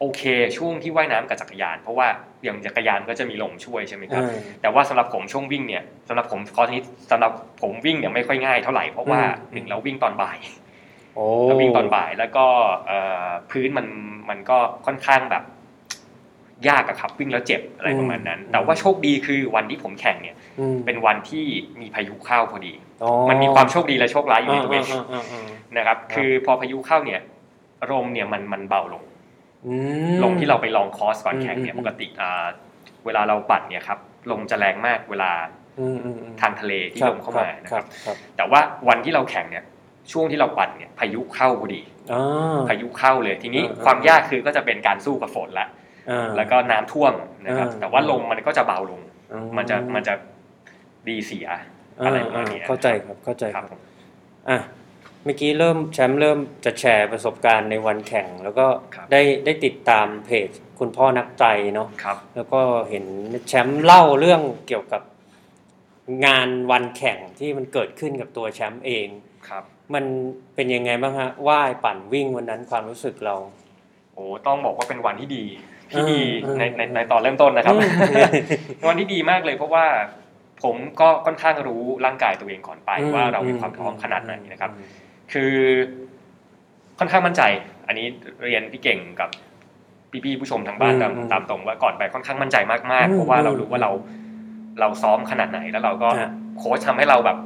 Speaker 1: โอเคช่วงที่ว่ายน้ำกับจักรยาน เพราะว่าอย่างจักรยานก็จะมีลมช่วยใช่ไหมครับ
Speaker 2: อ่า
Speaker 1: แต่ว่าสำหรับผมช่วงวิ่งเนี่ยสำหรับผมคอร์สนี้สำหรับผมวิ่งเนี่ยไม่ค่อยง่ายเท่าไหร่เพราะว่า
Speaker 2: อืม
Speaker 1: หนึ่งเราวิ่งตอนบ่าย
Speaker 2: โอ้
Speaker 1: เราวิ่งตอนบ่ายแล้วก็เอ่อพื้นมันมันก็ค่อนข้างแบบ ยากอะครับวิ่งแล้วเจ็บอะไรประมาณนั้น
Speaker 2: อืม
Speaker 1: แต่ว่าโชคดีคือวันที่ผมแข่งเนี่ย
Speaker 2: อืม
Speaker 1: เป็นวันที่มีพายุเข้าพอดี
Speaker 2: อ๋อ
Speaker 1: มันมีความโชคดีและโชคร้ายอยู่ใน
Speaker 2: อ่า
Speaker 1: ตัวเอ
Speaker 2: อ่าง อ่าอ่าอ่า
Speaker 1: นะครับ
Speaker 2: ครับ
Speaker 1: คือพอพายุเข้าเนี่ยลมเนี่ยมันมันเบาลง
Speaker 2: อืม
Speaker 1: ลมที่เราไปลองคอร์สก่อนแข่งเนี่ย
Speaker 2: อืม
Speaker 1: ปกติอ่าเวลาเราปั่นเนี่ยครับลมจะแรงมากเวลา
Speaker 2: อืมอืมอืม
Speaker 1: ทางทะเลที่ลมเข้ามานะครับ
Speaker 2: ครับ
Speaker 1: แต่ว่าวันที่เราแข่งเนี่ยช่วงที่เราปั่นเนี่ยพายุเข้าพอดี
Speaker 2: อ่า
Speaker 1: พายุเข้าเลยทีนี้
Speaker 2: อ่า
Speaker 1: ความยากคือก็จะเป็นการสู้กับฝนละ
Speaker 2: อ่า
Speaker 1: แล้วก็น้ำท่วมนะครับ
Speaker 2: อ่า
Speaker 1: แต่ว่าลมมันก็จะเบาลง
Speaker 2: อื
Speaker 1: มันจะมันจะดีเสียอะไรประมาณนี้
Speaker 2: อ่เข้าใจครับเข้าใจ
Speaker 1: ค
Speaker 2: ค
Speaker 1: รั
Speaker 2: รั
Speaker 1: บบ ผม
Speaker 2: อ่ะเมื่อกี้เริ่มแชมป์เริ่มจะแชร์ประสบการณ์ในวันแข่ง แล้วก็ได้ได้ติดตามเพจคุณพ่อนักใจเนาะ
Speaker 1: ครับ
Speaker 2: แล้วก็เห็นแชมป์เล่าเรื่องเกี่ยวกับงานวันแข่งที่มันเกิดขึ้นกับตัวแชมป์เอง
Speaker 1: ครับ
Speaker 2: มันเป็นยังไงบ้างฮะว่ายปั่นวิ่งวันนั้นความรู้สึกเรา
Speaker 1: โอ้ต้องบอกว่าเป็นวันที่ดีที่
Speaker 2: อืม
Speaker 1: ดี
Speaker 2: อืม
Speaker 1: ในในในตอนเริ่มต้นนะครับ
Speaker 2: อืม
Speaker 1: วันที่ดีมากเลยเพราะว่าผมก็ค่อนข้างรู้ร่างกายตัวเองก่อนไป
Speaker 2: อืม
Speaker 1: ว่าเรามีความพร้อมขนาดไหนนะครับ คือค่อนข้างมั่นใจ อันนี้เรียนพี่เก่งกับพี่ๆผู้ชมทางบ้าน
Speaker 2: อื
Speaker 1: ตา
Speaker 2: ม
Speaker 1: ม
Speaker 2: อืม
Speaker 1: ตามตรงว่าก่อนไปค่อนข้างมั่นใจมาก
Speaker 2: อื
Speaker 1: ๆ
Speaker 2: ม
Speaker 1: เพราะว่าเรา
Speaker 2: อืม
Speaker 1: รู้ว่าเราเราซ้อมขนาดไหนแล้วเราก็
Speaker 2: ฮะ
Speaker 1: โค้ชทำให้เราแบบ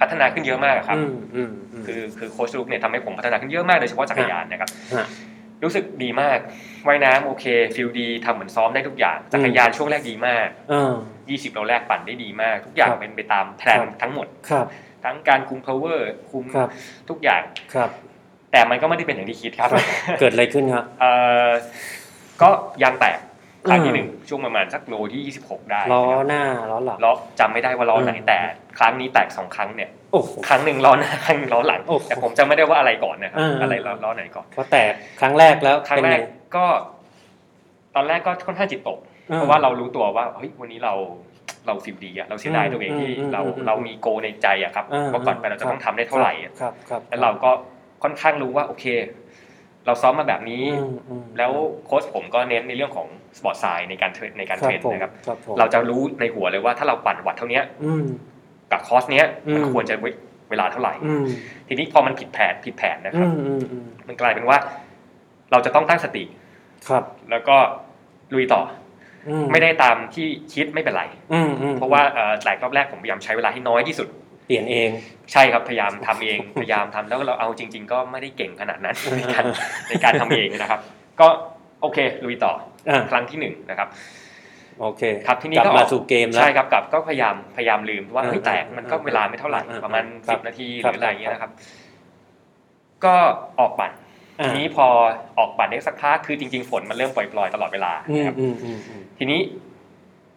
Speaker 1: พัฒนาขึ้นเยอะมากอะครับ
Speaker 2: อืมอืมอืม
Speaker 1: คือคือโค้ชลุกเนี่ยทำให้ผมพัฒนาขึ้นเยอะมากโดยเฉพาะจักรยานนะครับ
Speaker 2: ฮะ
Speaker 1: รู้สึกดีมากว่ายน้ำโอเคฟิลดีทำเหมือนซ้อมได้ทุกอย่างจักรยานช่วงแรกดีมาก
Speaker 2: อ่า
Speaker 1: 20โลแรกปั่นได้ดีมาก ทุกอย่าง
Speaker 2: ครับ
Speaker 1: เป็นไปตามแพลน
Speaker 2: ครับ
Speaker 1: ทั้งหมด
Speaker 2: ครับ
Speaker 1: ทั้งการคุม power คุม
Speaker 2: ครับ
Speaker 1: ทุกอย่าง
Speaker 2: ครับ
Speaker 1: แต่มันก็ไม่ได้เป็นอย่างที่คิดครับ
Speaker 2: เกิดอะไรขึ้นครับ
Speaker 1: เอ่อก็ยางแตกครั้งที่
Speaker 2: อืม
Speaker 1: หนึ่งช่วงประมาณสักโลที่ 26 ได้
Speaker 2: ล้อหน้าล้อหลัง
Speaker 1: ล้อจำไม่ได้ว่าล้อไหน
Speaker 2: อืม
Speaker 1: แต่ ครั้งนี้แตกสองครั้งเนี่ย
Speaker 2: โอ้โห
Speaker 1: ครั้งหนึ่งล้อหน้า ครั้งหนึ่งล้อหลัง
Speaker 2: โอ้โห
Speaker 1: แต่ผมจำไม่ได้ว่าอะไรก่อนนะครับ
Speaker 2: อืม
Speaker 1: อะไรล้อล้อไหนก่อน
Speaker 2: พอแตกครั้งแรกแล้ว
Speaker 1: ครั้ง
Speaker 2: เป็น
Speaker 1: แร
Speaker 2: ไ
Speaker 1: กก็ ตอนแรกก็ค่อนข้างจิตตก
Speaker 2: อ่
Speaker 1: เพราะว่าเรารู้ตัวว่าเฮ้ยวันนี้เราเราฟิลดีอะเราเสียดายตัวเองที่
Speaker 2: อืม
Speaker 1: เรา
Speaker 2: อืม
Speaker 1: เรามีโกในใจอะครับ
Speaker 2: อ่า
Speaker 1: ว่าก่อนไปเราจะต้องทำได้เท่าไหร่อะ
Speaker 2: ครับครับ
Speaker 1: แล้วเราก็ค่อนข้างรู้ว่าโอเค เราซ้อมมาแบบนี้
Speaker 2: อืมอืม
Speaker 1: แล้วโค้ชผมก็เน้นในเรื่องของสปอร์ตไซน์ในการเทรนในการ
Speaker 2: ครั
Speaker 1: เทร
Speaker 2: บ
Speaker 1: น
Speaker 2: ผม
Speaker 1: นะครับ
Speaker 2: ครับผม
Speaker 1: เราจะรู้ในหัวเลยว่าถ้าเราปั่นวัดเท่าเนี้ย
Speaker 2: อืม
Speaker 1: กับคอร์สเนี้ยมัน
Speaker 2: อืม
Speaker 1: ควรจะเวลาเท่าไหร่
Speaker 2: อืม
Speaker 1: ทีนี้พอมันผิดแผนผิดแผนนะค
Speaker 2: อื
Speaker 1: รับ
Speaker 2: มอืมอืม
Speaker 1: มันกลายเป็นว่า เราจะต้องตั้งสติ
Speaker 2: ครับ
Speaker 1: แล้วก็ลุยต่อ
Speaker 2: อื
Speaker 1: อไม่ได้ตามที่คิดไม่เป็นไร
Speaker 2: อืมอืม
Speaker 1: เพราะว่าเอ่อแหลกรอบแรกผมพยายามใช้เวลาให้น้อยที่สุด
Speaker 2: เปลี่ยนเอง
Speaker 1: ใช่ครับพยายามทำเอง พยายามทำแล้วเราเอาจริง ๆ ก็ไม่ได้เก่งขนาด นั้น ในการในการทำเองนะครับ ก็โอเคลุยต่อ
Speaker 2: อ่า
Speaker 1: ครั้งที่หนึ่งนะครับ
Speaker 2: โอเค
Speaker 1: ครับทีนี้
Speaker 2: ก
Speaker 1: ก็
Speaker 2: ลับ
Speaker 1: อ
Speaker 2: มา
Speaker 1: อก
Speaker 2: สู่เกมแล้ว
Speaker 1: ใช่ครับกลับก็พยายามพยายามลืมว่าเฮ้ย
Speaker 2: อ่า
Speaker 1: แตกมันก็
Speaker 2: อ่า
Speaker 1: เวลาไม่เท่าไหร่
Speaker 2: อ่า
Speaker 1: ประมาณ
Speaker 2: ครั
Speaker 1: สิ
Speaker 2: บบ
Speaker 1: นาทีห
Speaker 2: ครั
Speaker 1: รือ
Speaker 2: บ
Speaker 1: อะไรอย่างเงี้ยนะครับ ก็ออกปั่น
Speaker 2: อ่า
Speaker 1: ทีนี้พอออกปั่นได้สักพักคือจริงๆฝนมันเริ่มปล่อยๆตลอดเวลา
Speaker 2: อืม
Speaker 1: นะครับ
Speaker 2: อืมอืมอืม
Speaker 1: ทีนี้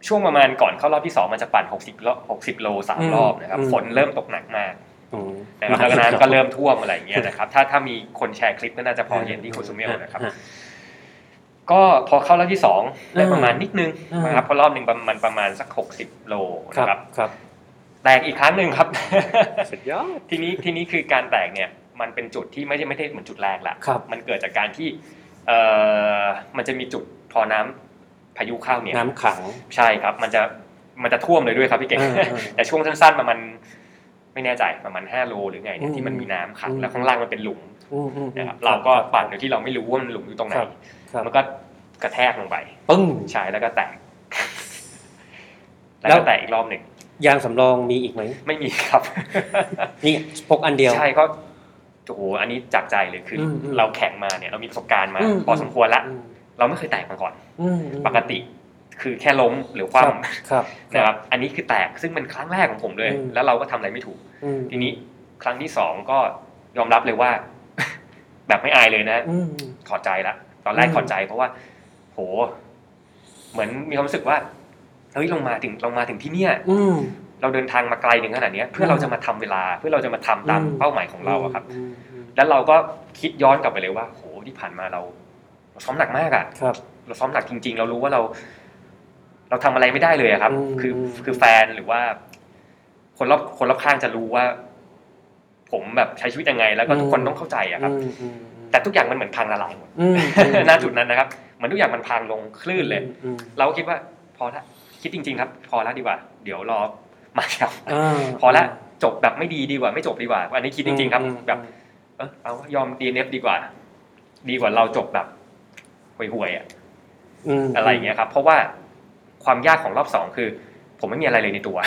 Speaker 1: ช่วงประมาณก่อนเข้ารอบที่สองมันจะปั่น 60โล60 โลสาม
Speaker 2: อืม
Speaker 1: รอบนะครับ
Speaker 2: อืม
Speaker 1: ฝนเริ่มตกหนักมาก
Speaker 2: อืม
Speaker 1: นะครับแล้วก็น้ำก็เริ่มท่วมอะไรอย่างเงี้ยนะครับถ้าถ้ามีคนแชร์คลิปก็น่าจะพอเห็นที่คุณสุเมลนะครับ
Speaker 2: อ่า
Speaker 1: ก็พอเข้ารอบที่สองได้ประมาณนิดนึง
Speaker 2: อืม
Speaker 1: นะครับเพราะรอบหนึ่งประมาณประมาณสัก 60 โล
Speaker 2: ครับ
Speaker 1: นะครับ
Speaker 2: ครับ
Speaker 1: แตกอีกครั้งหนึ่งครับ
Speaker 2: สุดยอด
Speaker 1: ทีนี้ทีนี้คือการแตกเนี่ยมันเป็นจุดที่ไม่ได้ไม่ได้เหมือนจุดแรกละ
Speaker 2: ครับ
Speaker 1: มันเกิดจากการที่เอ่อมันจะมีจุดพอน้ำพายุเข้าเนี่ย
Speaker 2: น้ำขัง
Speaker 1: ใช่ครับ มันจะมันจะท่วมเลยด้วยครับพี่เก่ง
Speaker 2: อืมอืม
Speaker 1: แต่ช่วงสั้นๆประมาณไม่แน่ใจประมาณ5โลหรือไงเนี่ย
Speaker 2: อืม
Speaker 1: ที่มันมีน้ำขัง
Speaker 2: อืม
Speaker 1: แล้วข้างล่างมันเป็นหลุม
Speaker 2: อืมอืมอื
Speaker 1: นะ
Speaker 2: ม
Speaker 1: ครับเราก็ปั่นโดยที่เราไม่รู้ว่ามันหลุมอยู่ตรงไหน
Speaker 2: ครับครับ
Speaker 1: มันก็กระแทกลงไป
Speaker 2: ปึ้ง
Speaker 1: ใช่แล้วก็แตก
Speaker 2: แล้
Speaker 1: แล้ว วก็แตกอีกรอบหนึ่ง
Speaker 2: ยางสำรองมีอีกไหม
Speaker 1: ไม่มีครับ
Speaker 2: นี่พกอันเดียว
Speaker 1: ใช่ก็โอ้โหอันนี้จากใจเลยคืออ
Speaker 2: มอืม
Speaker 1: เราแข่งมาเนี่ยเรามีประสบการณ์มา
Speaker 2: อืม
Speaker 1: พอสมควรละ
Speaker 2: อืม
Speaker 1: เราไม่เคยแตกมาก่อน
Speaker 2: อืมอืม
Speaker 1: ปกติคือแค่ล้มหรือค
Speaker 2: ครั
Speaker 1: ว่ำ
Speaker 2: บครับ
Speaker 1: นะครับ อันนี้คือแตกซึ่งเป็นครั้งแรกของผมเลย
Speaker 2: อืม
Speaker 1: แล้วเราก็ทำอะไรไม่ถูก
Speaker 2: อืม
Speaker 1: ทีนี้ครั้งที่สองก็ยอมรับเลยว่า แบบไม่อายเลยนะ
Speaker 2: อืม
Speaker 1: ถอดใจละตอนแรก
Speaker 2: อืม
Speaker 1: ถอดใจเพราะว่า โห เหมือนมีความรู้สึกว่าเฮ้ยลงมาถึงลงมาถึงที่เนี่ย
Speaker 2: อืม
Speaker 1: เราเดินทางมาไกลถึงขนาดเนี้ยเพื่อ
Speaker 2: ม
Speaker 1: เราจะมาทำเวลาเพื่อเราจะมาทำตาม
Speaker 2: อืม
Speaker 1: เป้าหมายของเราอะครับ
Speaker 2: อืมอืม
Speaker 1: แล้วเราก็คิดย้อนกลับไปเลยว่าโหที่ผ่านมาเราเราซ้อมหนักมากอะ
Speaker 2: ครับ
Speaker 1: เราซ้อมหนักจริง ๆ เรารู้ว่าเรา เราทำอะไรไม่ได้เลยอะครับ
Speaker 2: อืม
Speaker 1: คือ
Speaker 2: อืม
Speaker 1: คือแฟนหรือว่า คนรอบคนรอบข้างจะรู้ว่า ผมแบบใช้ชีวิตยังไง แล้วก็ทุกคนต้องเข้าใจอะครับ
Speaker 2: อืมอืมอืม
Speaker 1: แต่ทุกอย่างมันเหมือนพังละลายหมด
Speaker 2: อืม
Speaker 1: ณจุดนั้นนะครับเหมือนทุกอย่างมันพังลงคลื่นเลย
Speaker 2: อืม
Speaker 1: เราก็คิดว่า พอละคิดจริง ๆ ครับ พอละดีกว่า เดี๋ยวรอมาเช้า
Speaker 2: า
Speaker 1: พอละจบแบบไม่ดีดีกว่า ไม่จบดีกว่า อันนี้คิดจริง ๆ ครับ
Speaker 2: อืมอืม
Speaker 1: แบบเออเอายอม DNF ดีกว่า ดีกว่าเราจบแบบห่วยๆอ่ะ
Speaker 2: ม
Speaker 1: อะไรอย่างเงี้ยครับ เพราะว่าความยากของรอบสองคือ ผมไม่มีอะไรเลยในตัว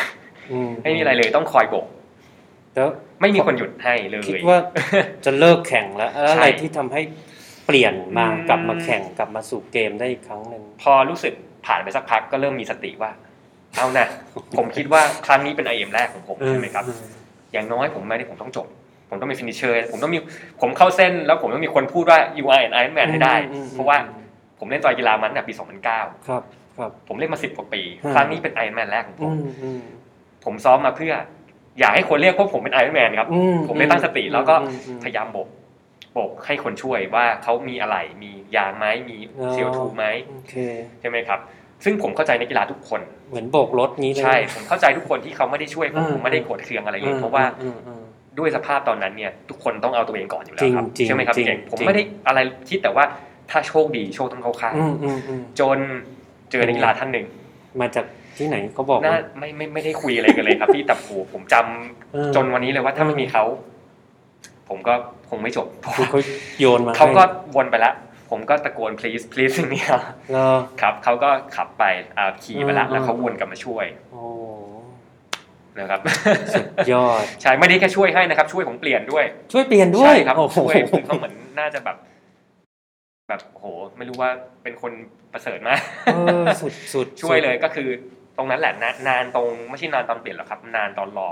Speaker 2: อื
Speaker 1: ไม่มีอะไรเลยต้องคอยโบก
Speaker 2: แล้ว
Speaker 1: ไม่มีคนหยุดให้เลย
Speaker 2: คิดว่าจะเลิกแข่งแล้วแล้วอะไร
Speaker 1: ใช่
Speaker 2: ที่ทำให้เปลี่ยนมา
Speaker 1: อืม
Speaker 2: กลับมาแข่งกลับมาสู่เกมได้อีกครั้งหนึ่ง
Speaker 1: พอรู้สึกผ่านไปสักพักก็เริ่มมีสติว่า เอานะผมคิดว่าครั้งนี้เป็น i อเอมแรกของผมใช่ไหมครับ
Speaker 2: อืม
Speaker 1: อย่างน้อยผมไม่ได้ผมต้องจบ ผมต้องมีฟินิชเชอร์ผมต้องมีผมเข้าเส้น แล้วผมต้องมีคนพูดว่า U I and Iron Man ให้ได้
Speaker 2: อืม
Speaker 1: เพราะว่าผมเล่นตัวกีฬามันตั้งแต่ปี 2009
Speaker 2: ครับครับ
Speaker 1: ผมเล่นมา 10 กว่าปี
Speaker 2: อืม
Speaker 1: ครั้งนี้เป็น Iron Man แรกของผ
Speaker 2: อื
Speaker 1: ม
Speaker 2: มอืม
Speaker 1: ผมซ้อมมาเพื่อ อยากให้คนเรียกพวกผมเป็น Iron Man ครับ
Speaker 2: อื
Speaker 1: ผมได้ตั้งสติแล้วก็
Speaker 2: อืมอืม
Speaker 1: พยายามโบกโบกให้คนช่วยว่าเขามีอะไรมียางไหมมี
Speaker 2: อ๋อ
Speaker 1: CO2 ไหม
Speaker 2: โอเค
Speaker 1: ใช่ไหมครับ ซึ่งผมเข้าใจนักกีฬาทุกคน
Speaker 2: เหมือนโบกรถนี้เลย
Speaker 1: ใช่ ผมเข้าใจทุกคนที่เขาไม่ได้ช่วยผม
Speaker 2: อืม
Speaker 1: ผมไม่ได้โกรธเคืองอะไรเล
Speaker 2: อื
Speaker 1: ย
Speaker 2: ม
Speaker 1: เพราะว่า
Speaker 2: อืมอืม
Speaker 1: ด้วยสภาพตอนนั้นเนี่ยทุกคนต้องเอาตัวเองก่อนอยู่แล้วครับ
Speaker 2: จริงๆ
Speaker 1: ใช่ไหมครับ
Speaker 2: จริง
Speaker 1: เก่งผม
Speaker 2: จริง
Speaker 1: ไม่ได้อะไรคิดแต่ว่าถ้าโชคดีโชคต้องเข้าข้าง
Speaker 2: อืมอืมอืม
Speaker 1: จนเจอนักกีฬาท่านหนึ่ง
Speaker 2: มาจากที่ไหนเขาบอก
Speaker 1: น่า
Speaker 2: ว่า
Speaker 1: ไม่ไม่ไม่ได้คุยอะไรกันเลยครับ พี่แต่โหผมจำ
Speaker 2: เออ
Speaker 1: จนวันนี้เลยว่าถ้าไม่มีเขา ผมก็คงไม่จบเพราะ
Speaker 2: คือ
Speaker 1: ว่า
Speaker 2: เขาโยนมา
Speaker 1: เขาก็
Speaker 2: ให้
Speaker 1: วนไปละผมก็ตะโกน please please อย่างเนี้ย
Speaker 2: เหรอ
Speaker 1: ครับเขาก็ขับไปอ่าขี่ไปละ
Speaker 2: อืม
Speaker 1: แล้วเขาวนกลับมาช่วย
Speaker 2: โอ้
Speaker 1: นะครับ
Speaker 2: สุดยอด
Speaker 1: ใช่ไม่ได้แค่ช่วยให้นะครับ ช่วยผมเปลี่ยนด้วย
Speaker 2: ช่วยเปลี่ยนด้วย
Speaker 1: ใช่ครับ
Speaker 2: โอ้โห
Speaker 1: ช่วยผมก็เหมือนน่าจะแบบ แบบโห ไม่รู้ว่าเป็นคนประเสริฐ มาก
Speaker 2: เออสุดสุด
Speaker 1: ช่วยเลยก็คือตรงนั้นแหละนานนานตรงไม่ใช่นานตอนเปลี่ยนหรอกครับ นานตอนรอ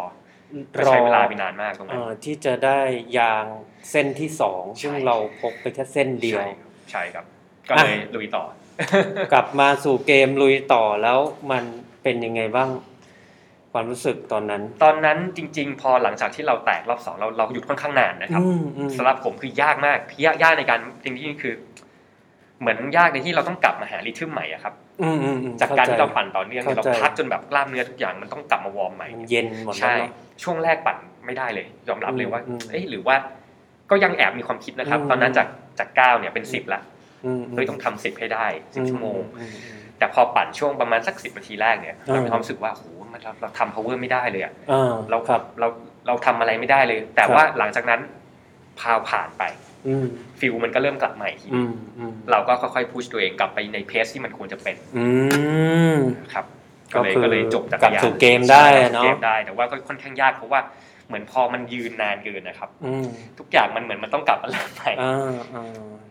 Speaker 1: ก็
Speaker 2: รอ
Speaker 1: ใช้เวลาไปนานมากตรง
Speaker 2: เอ
Speaker 1: นั้น
Speaker 2: อที่จะได้ยางเส้นที่สองซึ่งเราพกไปแค่เส้นเดียว
Speaker 1: ใช่ครับใช่ครับ ก็เลยลุยต่อ
Speaker 2: กลับมาสู่เกมลุยต่อแล้วมันเป็นยังไงบ้าง ความรู้สึกตอนนั้น
Speaker 1: ตอนนั้นจริง ๆ พอหลังจากที่เราแตกรอบสองเราเราหยุดค่อนข้างนานนะครับ
Speaker 2: อืมอืม
Speaker 1: สำหรับผมคือยากมากยากยากในการจริงๆคือ เหมือนยากในที่เราต้องกลับมาหาริทึมใหม่อะครับ
Speaker 2: อืมอืมอืม
Speaker 1: จากการ
Speaker 2: ข้
Speaker 1: ที่
Speaker 2: ใจ
Speaker 1: เราปั่นต่อเนื่องเนี่ยเรา
Speaker 2: เข้าใจ
Speaker 1: พักจนแบบกล้ามเนื้อทุกอย่างมันต้องกลับมาวอร์มใหม่
Speaker 2: มันเย็นหมดแล้ว
Speaker 1: ใช่
Speaker 2: เนอะ
Speaker 1: ช่วงแรกปั่นไม่ได้เลย ยอมรับเลยว่า
Speaker 2: อืม
Speaker 1: เอ๊ะหรือว่าก็ยังแอบมีความคิดนะครับ
Speaker 2: อืม
Speaker 1: ตอนนั้นจากจากเก้าเนี่ยเป็นสิบละ
Speaker 2: อืมอืม
Speaker 1: เฮ้ยต้องทำสิบให้ได้สิบชั่วโมง
Speaker 2: อืมอืม
Speaker 1: แต่พอปั่นช่วงประมาณสักสิบนาทีแรกเนี่ยเรา
Speaker 2: อื
Speaker 1: มี
Speaker 2: ม
Speaker 1: ความรู้สึกว่าโหมันเราเราทำ power ไม่ได้เลยอะ
Speaker 2: อ่า
Speaker 1: เรา
Speaker 2: ครับ
Speaker 1: เราเราทำอะไรไม่ได้เลย แต่
Speaker 2: ครับ
Speaker 1: ว่าหลังจากนั้นพาวผ่านไป
Speaker 2: อืม
Speaker 1: ฟิลมันก็เริ่มกลับมาอีกที
Speaker 2: อืมอืม
Speaker 1: เราก็ค่อยๆพุชตัวเองกลับไปในเพสที่มันควรจะเป็น
Speaker 2: อืม
Speaker 1: ครับก็เลย
Speaker 2: ก็คือ
Speaker 1: ก็เลยจบจาก
Speaker 2: กลับ
Speaker 1: รยาน
Speaker 2: สู่เกมได้อะเนาะ
Speaker 1: กลับสู่เกมได้แต่ว่าก็ค่อนข้างยากเพราะว่าเหมือนพอมันยืนนานเกินนะครับ
Speaker 2: อืม
Speaker 1: ทุกอย่างมันเหมือนมันต้องกลับมาเริ่มใหม่
Speaker 2: อ่าอ่า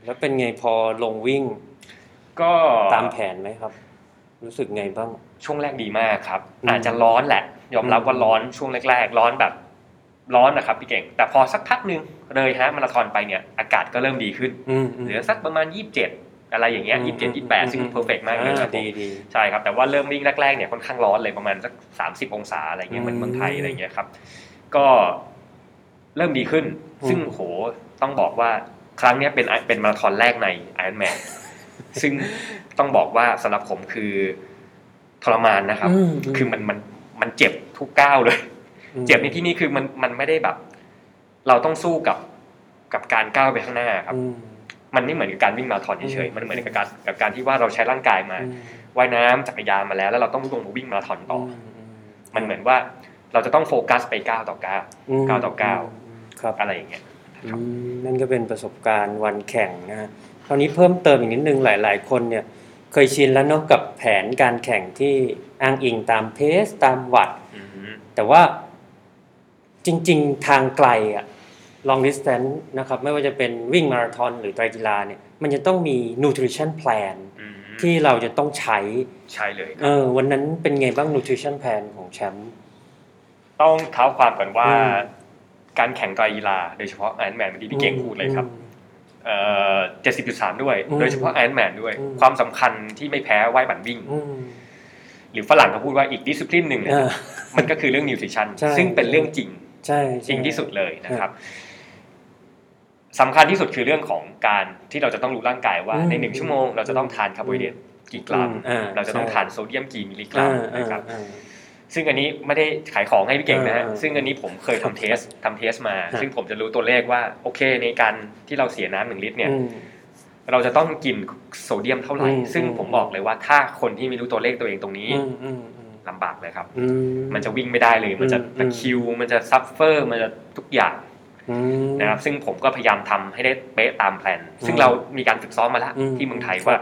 Speaker 2: แล้วเป็นไงพอลงวิ่ง
Speaker 1: ก็
Speaker 2: ตามแผนไหมครับ รู้สึกไงบ้าง
Speaker 1: ช่วงแรกดีมากครับ
Speaker 2: อืม
Speaker 1: อาจจะร้อนแหละ ยอมรับ
Speaker 2: อืม
Speaker 1: ว่าร้อนช่วงแรก ๆ ร้อนแบบร้อนนะครับพี่เก่ง แต่พอสักพักหนึงเลยฮะมาราธอนไปเนี่ย อากาศก็เริ่มดีขึ้น
Speaker 2: อืมอืม
Speaker 1: เหลือสักประมาณ 27 อะไรอย่างเงี้ย
Speaker 2: อืม
Speaker 1: 27 28 ซึ่งเพอร์เฟกมากเลยครับผ
Speaker 2: ดี
Speaker 1: ม
Speaker 2: ดี
Speaker 1: ใช่ครับ แต่ว่าเริ่มวิ่งแรกๆเนี่ยค่อนข้างร้อนเลยประมาณสัก 30 องศาอะไรเงี้ยเหมือ
Speaker 2: อื
Speaker 1: น
Speaker 2: ม
Speaker 1: เมืองไทยอะไรเงี้ยครับ ก็เริ่มดีขึ้น
Speaker 2: อืม
Speaker 1: ซึ่งโหต้องบอกว่าครั้งเนี้ยเป็นเป็นมาราธอนแรกในไอรอนแมน ซึ่งต้องบอกว่าสำหรับผมคือทรมานนะครับ
Speaker 2: อืม
Speaker 1: คือมันมันมันเจ็บทุกก้าวเลย
Speaker 2: อืม
Speaker 1: เจ็บในที่นี้คือมันมันไม่ได้แบบ เราต้องสู้กับกับการก้าวไปข้างหน้าครับ
Speaker 2: อืม
Speaker 1: มันไม่เหมือนกับการวิ่งมาราธอนเฉย
Speaker 2: อืม
Speaker 1: ๆมันเหมือนกับการกับการที่ว่าเราใช้ร่างกายมา
Speaker 2: อืม
Speaker 1: ว่ายน้ำจักรยานมาแล้วแล้วเราต้องลงมาวิ่งมาราธอนต่ออ
Speaker 2: ม
Speaker 1: มันเหมือนว่าเราจะต้องโฟกัสไปก้าวต่อก้าว
Speaker 2: ม
Speaker 1: เก้าต่อเก้า
Speaker 2: มครับ
Speaker 1: อะไรอย่างเงี้ย
Speaker 2: อืมนั่นก็เป็นประสบการณ์วันแข่งนะฮะคราวนี้เพิ่มเติมอีกนิดนึงหลาย ๆ คนเนี่ยเคยชินแล้วเนาะกับแผนการแข่งที่อ้างอิงตามเพสตามวัด
Speaker 1: อืม
Speaker 2: แต่ว่าจริง ๆ ทางไกลอะ long distance นะครับไม่ว่าจะเป็นวิ่งมาราธอนหรือไตรกีฬาเนี่ยมันจะต้องมี nutrition plan
Speaker 1: อืม
Speaker 2: ที่เราจะต้องใช้
Speaker 1: ใช่เลยครับ
Speaker 2: เออวันนั้นเป็นไงบ้าง nutrition plan ของแชมป์
Speaker 1: ต้องเท้าความก่อนว่า
Speaker 2: อืม
Speaker 1: การแข่งไตรกีฬาโดยเฉพาะไอรอนแมนที่พี่เก่งพูดเลยครับ
Speaker 2: อืม
Speaker 1: เอ่อ70.3 ด้วย
Speaker 2: อืม
Speaker 1: โดยเฉพาะไอรอนแมนด้วย
Speaker 2: อืม
Speaker 1: ความสำคัญที่ไม่แพ้ว่ายบันวิ่ง
Speaker 2: อืม
Speaker 1: หรือฝรั่งเขาพูดว่าอีกดิสซิ p ลินหนึ่งเนี่ย
Speaker 2: เอ่า
Speaker 1: มันก็คือเรื่องนิวทริชัน
Speaker 2: ใช่
Speaker 1: ซึ่งเป็นเรื่องจริง
Speaker 2: ใช่
Speaker 1: จริงที่สุด
Speaker 2: ใช่
Speaker 1: เลยนะครับสำคัญที่สุดคือเรื่องของการที่เราจะต้องรู้ร่างกายว่า
Speaker 2: อืม
Speaker 1: ในหนึ่งชั่วโมงเราจะต้องทานคาร์โบไฮเดรตกี่กรัม
Speaker 2: อืมอ่า
Speaker 1: เราจะต้อง
Speaker 2: ใช่
Speaker 1: ทานโซเดียมกี่มิลลิกรั
Speaker 2: อ่าม อ่า
Speaker 1: นะครับ
Speaker 2: อ่า
Speaker 1: ซึ่งอันนี้ไม่ได้ขายของให้พี่เก่งนะฮะ
Speaker 2: อ่า
Speaker 1: ซึ่งอันนี้ผมเคยทำเทสทำเทสมา
Speaker 2: ฮะ
Speaker 1: ซึ่งผมจะรู้ตัวเลขว่า โอเค ในการที่เราเสียน้ำหนึ่งลิตรเนี่ย
Speaker 2: อืม
Speaker 1: เราจะต้องกินโซเดียมเท่าไหร่
Speaker 2: อืม
Speaker 1: ซึ่ง
Speaker 2: อืม
Speaker 1: ผมบอกเลยว่าถ้าคนที่ไม่รู้ตัวเลขตัวเองตรงนี้
Speaker 2: อืมอืมอืม
Speaker 1: ลำบากเลยครับ
Speaker 2: อื
Speaker 1: มันจะวิ่งไม่ได้เลย มันจะ
Speaker 2: อืม
Speaker 1: ตะคริว มันจะซัฟเฟอร์ มันจะทุกอย่าง
Speaker 2: อืม
Speaker 1: นะครับ ซึ่งผมก็พยายามทำให้ได้เป๊ะตามแผน ซึ่ง
Speaker 2: อืม
Speaker 1: เรามีการฝึกซ้อมมาแล้ว
Speaker 2: อืม
Speaker 1: ที่เมืองไทย
Speaker 2: ครับ
Speaker 1: ว่า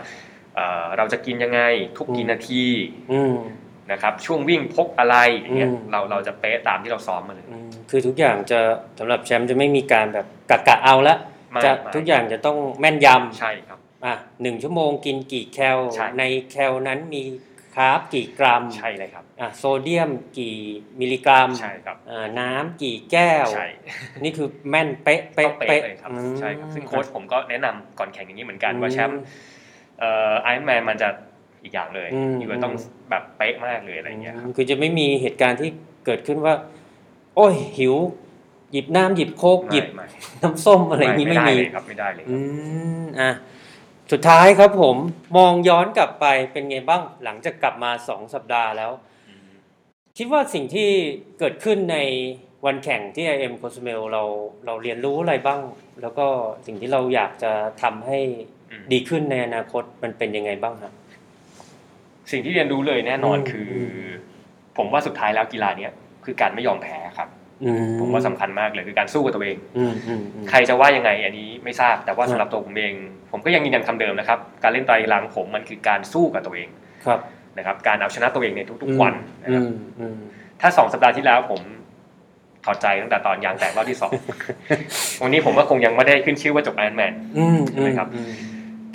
Speaker 1: เอ่อเราจะกินยังไงทุกกี่นาที
Speaker 2: อืม
Speaker 1: นะครับช่วงวิ่งพกอะไรอย่างเงี้ย
Speaker 2: อืม
Speaker 1: เราเราจะเป๊ะตามที่เราซ้อมมาเลย
Speaker 2: อืมคือทุกอย่างจะสำหรับแชมป์จะไม่มีการแบบกะกะเอาละ
Speaker 1: ไม่
Speaker 2: จะ
Speaker 1: ไม่
Speaker 2: ทุกอย่างจะต้องแม่นยำ
Speaker 1: ใช่ครับ
Speaker 2: อ่ะหนึ่งชั่วโมงกินกี่แคล
Speaker 1: ใช่
Speaker 2: ในแคลนั้นมีคาร์บกี่กรัม
Speaker 1: ใช่เลยครับ
Speaker 2: อ่ะโซเดียมกี่มิลลิกรัม
Speaker 1: ใช่ครับ
Speaker 2: อ่าน้ำกี่แก้ว
Speaker 1: ใช่
Speaker 2: นี่คือแม่นเป๊ะ
Speaker 1: ต้
Speaker 2: เป๊ะ
Speaker 1: องเป๊ะเลยครับ
Speaker 2: อืม
Speaker 1: ใช่ครับซึ่งโค้ชผมก็แนะนำก่อนแข่งอย่างนี้เหมือนกัน
Speaker 2: อืม
Speaker 1: ว่าแชมป์เอ่อไอแมนมันจะอีกอย่างเลย
Speaker 2: อืม
Speaker 1: อยู่ว่าต้องแบบเป๊ะมากเลยอะไรอย่างเงี้ยครับ
Speaker 2: คือจะไม่มีเหตุการณ์ที่เกิดขึ้นว่า โอ้ยหิว หยิบน้ำหยิบโค้กหยิบ
Speaker 1: ไม่
Speaker 2: น้ำส้มอะไรอย่างนี้
Speaker 1: ไม่
Speaker 2: ไม่
Speaker 1: ได้
Speaker 2: มี
Speaker 1: เลยครับไม่ได้เลยค
Speaker 2: อื
Speaker 1: รับ
Speaker 2: มอ่ะสุดท้ายครับผมมองย้อนกลับไปเป็นไงบ้างหลังจากกลับมาสองสัปดาห์แล้ว
Speaker 1: อืม
Speaker 2: คิดว่าสิ่งที่เกิดขึ้นในวันแข่งที่ IM Cosmel เราเราเรียนรู้อะไรบ้าง แล้วก็สิ่งที่เราอยากจะทำให้
Speaker 1: อืม
Speaker 2: ดีขึ้นในอนาคตมันเป็นยังไงบ้างครับ
Speaker 1: สิ่งที่เรียนรู้เลยแน่นอน
Speaker 2: อืม
Speaker 1: คือ ผมว่าสุดท้ายแล้วกีฬาเนี้ยคือการไม่ยอมแพ้ครับ
Speaker 2: อื
Speaker 1: ผมว่าสำคัญมากเลยคือการสู้กับตัวเอง
Speaker 2: อืมอืมอืม
Speaker 1: ใครจะว่ายังไงอันนี้ไม่ทราบแต่ว่า
Speaker 2: ครับ
Speaker 1: สำหรับตัวผมเอง ผมก็ยังยืนยันคำเดิมนะครับ การเล่นไตรลังผมมันคือการสู้กับตัวเอง
Speaker 2: ครับ
Speaker 1: นะครับ การเอาชนะตัวเองในทุกๆวันนะค
Speaker 2: อื
Speaker 1: รับ
Speaker 2: มอืม
Speaker 1: ถ้าสองสัปดาห์ที่แล้วผมถอดใจตั้งแต่ตอนยางแตกรอบ ที่สอง วันนี้ผมก็คงยังไม่ได้ขึ้นชื่อว่าจบไอรอนแมน
Speaker 2: อืม
Speaker 1: ใช่ไหมครับ
Speaker 2: อืม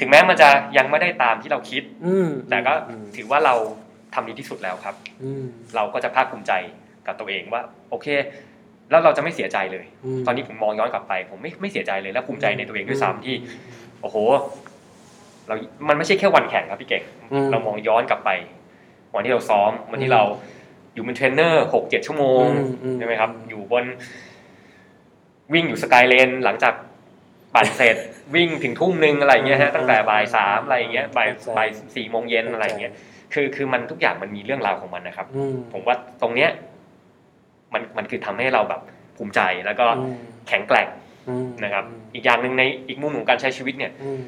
Speaker 1: ถึงแม้มันจะยังไม่ได้ตามที่เราคิด
Speaker 2: อืม
Speaker 1: แต่ก็
Speaker 2: อืม
Speaker 1: ถือว่าเราทำดีที่สุดแล้วครับ
Speaker 2: อืม
Speaker 1: เราก็จะภาคภูมิใจกับตัวเองว่าโอเค แล้วเราจะไม่เสียใจเลย
Speaker 2: ม
Speaker 1: ตอนนี้ผมมองย้อนกลับไป ผมไม่ไม่เสียใจเลยและภูมิใจในตัวเองด้วยซ้ำที่ โอ้โห เรา มันไม่ใช่แค่วันแข่งครับพี่เก่ง
Speaker 2: อืม
Speaker 1: เรามองย้อนกลับไป วันที่เราซ้อม วันที่เราอยู่เป็นเทรนเนอร์หกเจ็ดชั่วโมง
Speaker 2: อืมอืม
Speaker 1: ใช่ไหมครับ
Speaker 2: อืม
Speaker 1: อยู่บน วิ่งอยู่สกายเลนหลังจากปั่นเสร็จ วิ่งถึงทุ่มนึงอะไรอย่างเงี้ยฮะตั้งแต่บ่ายสามอะไรอย่างเงี้ยบ่ายบ่ายสี่โมงเย็นอะไรอย่างเงี้ยคือคือมันทุกอย่างมันมีเรื่องราวของมันนะครับ
Speaker 2: อืม
Speaker 1: ผมว่าตรงเนี้ยมันมันคือทำให้เราแบบภูมิใจแล้วก็
Speaker 2: อืม
Speaker 1: แข็งแกร่ง
Speaker 2: อืม
Speaker 1: นะครับ อีกอย่างหนึ่งในอีกมุมของการใช้ชีวิตเนี่ย
Speaker 2: อืม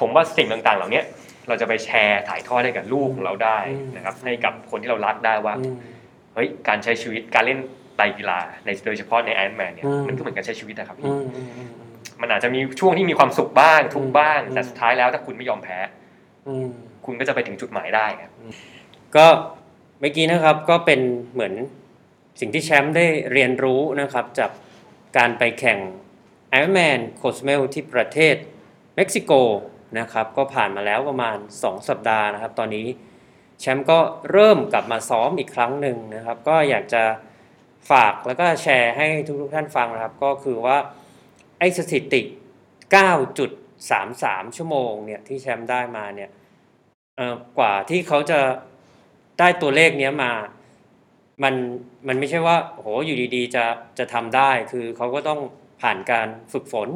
Speaker 1: ผมว่าสิ่งต่างๆ เหล่าเนี้ยเราจะไปแชร์ถ่ายทอดให้กับลูกของเราได้
Speaker 2: อืม
Speaker 1: นะครับ ให้กับคนที่เรารักได้ว่า
Speaker 2: อืม
Speaker 1: เฮ้ยการใช้ชีวิตการเล่นไตรกีฬาในโดยเฉพาะในไอรอนแมนเนี่ย
Speaker 2: อืม
Speaker 1: มันก็เหมือนการใช้ชีวิตนะครับ
Speaker 2: อื
Speaker 1: พี่
Speaker 2: มอืมอืม
Speaker 1: มันอาจจะมีช่วงที่มีความสุขบ้างทุกข์บ้าง
Speaker 2: อืม
Speaker 1: แต่สุดท้ายแล้วถ้าคุณไม่ยอมแพ้
Speaker 2: อืม
Speaker 1: คุณก็จะไปถึงจุดหมายได้ครับ
Speaker 2: ก็เมื่อกี้นะครับก็เป็นเหมือนสิ่งที่แชมป์ได้เรียนรู้นะครับจากการไปแข่ง Ironman c o s m e l ที่ประเทศเม็กซิโกนะครับก็ผ่านมาแล้วประมาณ 2 สัปดาห์นะครับ ตอนนี้แชมป์ก็เริ่มกลับมาซ้อมอีกครั้งหนึ่งนะครับ ก็อยากจะฝากแล้วก็แชร์ให้ทุกๆท่านฟังนะครับ ก็คือว่าไอ้สถิติ 9.33 ชั่วโมงเนี่ยที่แชมป์ได้มาเนี่ย เอ่อกว่าที่เขาจะได้ตัวเลขเนี้ยมา มันมันไม่ใช่ว่าโหอยู่ดีๆ จะจะทำได้ คือเขาก็ต้องผ่านการฝึกฝน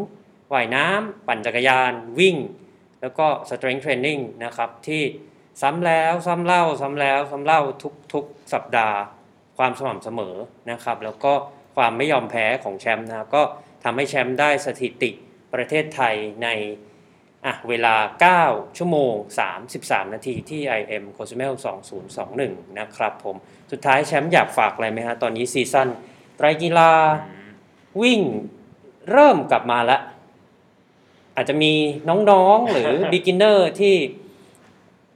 Speaker 2: ว่ายน้ำปั่นจักรยานวิ่ง แล้วก็สเตร n g t h เทรนนิ่งนะครับ ที่ซ้ำแล้วซ้ำเล่าซ้ำแล้วซ้ำเล่าทุกทุกสัปดาห์ ความสม่ำเสมอนะครับ แล้วก็ความไม่ยอมแพ้ของแชมป์นะครับก็ทำให้แชมป์ได้สถิติประเทศไทยใน อ่ะเวลา 9 ชั่วโมง 33 นาทีที่ IM Cosmel 2021 นะครับผม สุดท้ายแชมป์อยากฝากอะไรไหมฮะ ตอนนี้ซีซั่นไตรกีฬาวิ่งเริ่มกลับมาแล้ว อาจจะมีน้องๆ หรือ beginner ที่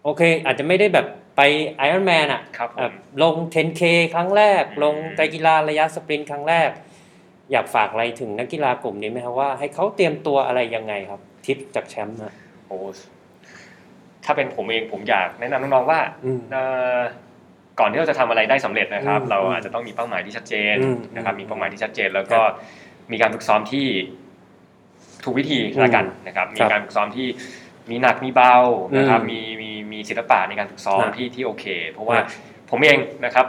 Speaker 2: โอเค อาจจะไม่ได้แบบไป Ironman อ่ะ
Speaker 1: ครับผม
Speaker 2: แบบลง 10K ครั้งแรก ลงไตรกีฬาระยะสปรินต์ครั้งแรก อยากฝากอะไรถึงนักกีฬากลุ่มนี้ไหมครับว่าให้เขาเตรียมตัวอะไรยังไงครับ ทิปจากแชมป์ฮะ
Speaker 1: โอ้ถ้าเป็นผมเองผมอยากแนะนำน้องๆว่า
Speaker 2: อืม
Speaker 1: เอ่อก่อนที่เราจะทำอะไรได้สำเร็จนะครับ
Speaker 2: อืม
Speaker 1: เราอาจจะต้องมีเป้าหมายที่ชัดเจน
Speaker 2: อืม
Speaker 1: นะครับ มีเป้าหมายที่ชัดเจน แล้ว
Speaker 2: ค
Speaker 1: ก็
Speaker 2: รับ
Speaker 1: มีการฝึกซ้อมที่ถูกวิธีละกันนะครับ มีการฝึกซ้อมที่มีหนักมีเบานะครับ
Speaker 2: อืม
Speaker 1: มีมีมีศิลปะในการฝึกซ้อม
Speaker 2: ครับ
Speaker 1: ที่ที่โอเค เพราะว่า
Speaker 2: ครับ
Speaker 1: ผมเองนะครับ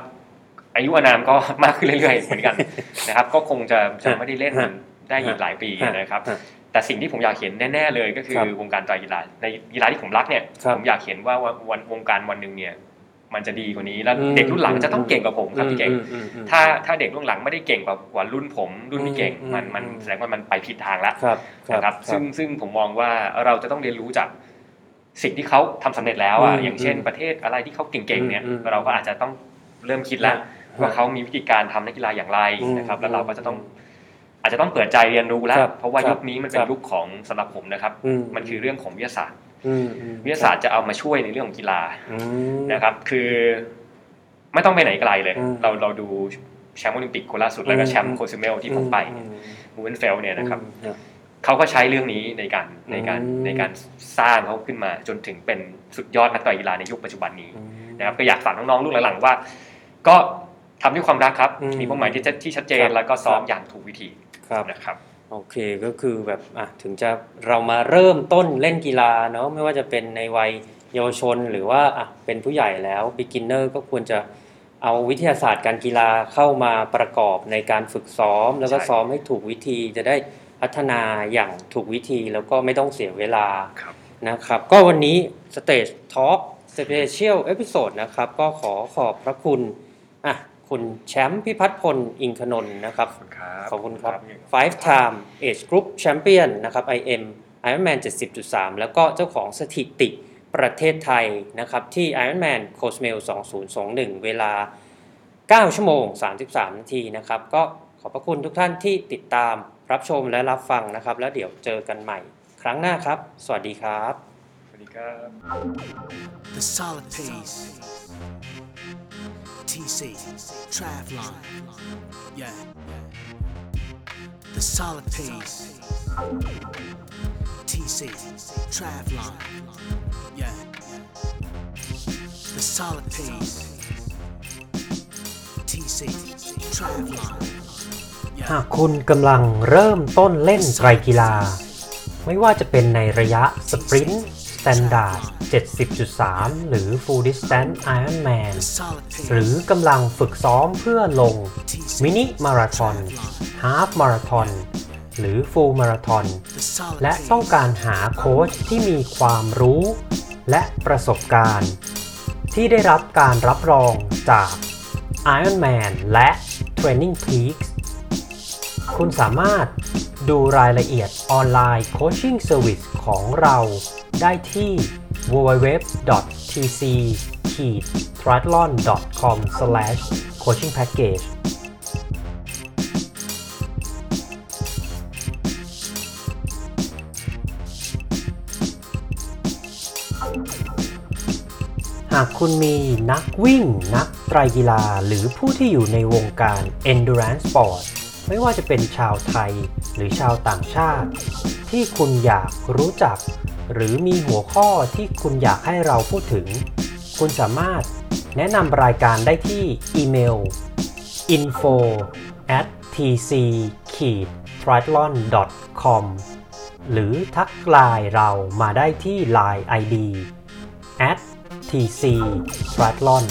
Speaker 1: อายุอานามก็ มากขึ้นเรื่อยๆเหมือนกันนะครับ ก็คงจะจะไม่ได้เล่นมันได้อีกหลายปีนะครับ
Speaker 2: ฮะ
Speaker 1: แต่สิ่งที่ผมอยากเห็นแน่ๆเลยก็คือ
Speaker 2: ครับ
Speaker 1: วงการไตรกีฬาในกีฬาที่ผมรักเนี่ย
Speaker 2: ครับ
Speaker 1: ผมอยากเห็นว่าวันวันวงการวันหนึ่งเนี่ย มันจะดีกว่านี้แล้ว
Speaker 2: อืม
Speaker 1: เด็กรุ่นหลัง
Speaker 2: อืม
Speaker 1: จะต้องเก่งกว่าผมครับพี่เก่ง
Speaker 2: อืมอืมอืม
Speaker 1: ถ้าถ้าเด็กรุ่นหลังไม่ได้เก่งกว่ากว่ารุ่นผมรุ่นพี่เก่ง
Speaker 2: อืม
Speaker 1: มันมัน
Speaker 2: อืม
Speaker 1: แสดงว่ามันไปผิดทางแล้ว
Speaker 2: ครับ
Speaker 1: นะครับ ซึ่งซึ่งผมมองว่าเราจะต้องเรียนรู้จากสิ่งที่เขาทำสำเร็จแล้วอ่ะอย่างเช่น ประเทศอะไรที่เขาเก่งๆเนี่ย เราก็อาจจะต้องเริ่มคิดแล้ว ว่าเขามีวิธีการทำนักกีฬาอย่างไร
Speaker 2: อืม
Speaker 1: นะครับ
Speaker 2: อืม
Speaker 1: แล้วเราก็จะต้อง อาจจะต้องเปิดใจเรียนรู้แล้ว
Speaker 2: ครับ
Speaker 1: เพราะว่า
Speaker 2: ค
Speaker 1: ยุ
Speaker 2: รับ
Speaker 1: คนี้มันเป็
Speaker 2: คน รับ
Speaker 1: ยุคของสำหรับผมนะครับ
Speaker 2: อืม
Speaker 1: มันคือเรื่องของวิทยาศาสตร์
Speaker 5: อืมอืม
Speaker 1: วิทยาศาสตร์จะเอามาช่วยในเรื่องของกีฬา
Speaker 5: อืม
Speaker 1: นะครับ คือไม่ต้องไปไหนไกลเลย
Speaker 5: อืม
Speaker 1: เราเราดูแชมป์โอลิมปิกคนล่าสุดแล้วก็
Speaker 5: อืม
Speaker 1: แชมป์โคซิเมลที่ผมไปเนี่ยบูเวนเฟลเนี่ยนะครับ
Speaker 5: อืม
Speaker 1: เขาก็ใช้เรื่องนี้ในการในการ
Speaker 5: อืม
Speaker 1: ในการสร้างเขาขึ้นมาจนถึงเป็นสุดยอดนักต่อยกีฬาในยุคปัจจุบันนี้
Speaker 5: อืม
Speaker 1: นะครับก็อยากฝากน้องๆรุ่นหลังๆว่า ก็ทำด้วยความรักครับ
Speaker 5: อืม
Speaker 1: มีเป้าหมายที่ชัดที่ชัดเจน
Speaker 5: ครับ
Speaker 1: แล้วก็ซ้อม
Speaker 5: ครับ
Speaker 1: อย่างถูกวิธี
Speaker 5: ครับ
Speaker 1: นะครับ
Speaker 5: โอเคก็คือแบบอ่ะถึงจะเรามาเริ่มต้นเล่นกีฬาเนาะไม่ว่าจะเป็นในวัยเยาวชนหรือว่าอ่ะเป็นผู้ใหญ่แล้ว beginner ก็ควรจะเอาวิทยาศาสตร์การกีฬาเข้ามาประกอบในการฝึกซ้อม แล้วก็
Speaker 1: ใช่
Speaker 5: ซ้อมให้ถูกวิธีจะได้พัฒนาอย่างถูกวิธีแล้วก็ไม่ต้องเสียเวลา
Speaker 1: ครับ
Speaker 5: นะครับก็วันนี้ Stage Talk Special Episode นะครับก็ขอขอบพระคุณอ่ะคุณแชมป์พิพัฒน์พลอิงคณนท์นะครับ ขอบคุณครับ Five Time Age Group Champion นะครับ IM Ironman 70.3 แล้วก็เจ้าของสถิติประเทศไทยนะครับที่ Ironman c o s m a i l 2021 เวลา 9 ชั่วโมง 33 นาทีนะครับก็ขอบพระคุณทุกท่านที่ติดตามรับชมและรับฟังนะครับ แล้วเดี๋ยวเจอกันใหม่ ครั้งหน้าครับ สวัสดีครับ
Speaker 1: สวัสดีครับ
Speaker 3: The solid pace. TC. Travlon. Yeah. The solid pace. TC. Travlon. Yeah. The solid pace. TC. Travlon.
Speaker 2: หากคุณกำลังเริ่มต้นเล่นไตรกีฬา ไม่ว่าจะเป็นในระยะสปรินต์สแตนดาร์ด70.3 หรือ Full Distance Ironman
Speaker 3: The solid pace.
Speaker 2: หรือกำลังฝึกซ้อมเพื่อลง มินิมาราทอนฮาฟมาราทอนหรือฟูลมาราทอน
Speaker 3: The solid
Speaker 2: และ
Speaker 3: pace.
Speaker 2: ต้องการหาโค้ชที่มีความรู้ และประสบการณ์ ที่ได้รับการรับรองจาก Ironman และ Training Peaks คุณสามารถดูรายละเอียดออนไลน์โคชชิ่งเซอร์วิสของเราได้ที่ www.tc-triathlon.com/coachingpackageหากคุณมีนักวิ่ง นักไตรกีฬา หรือผู้ที่อยู่ในวงการ endurance sport ไม่ว่าจะเป็นชาวไทยหรือชาวต่างชาติ ที่คุณอยากรู้จัก หรือมีหัวข้อที่คุณอยากให้เราพูดถึง คุณสามารถแนะนำรายการได้ที่อีเมล info at tc triathlon com หรือทักไลน์เรามาได้ที่ Line ID at tc triathlon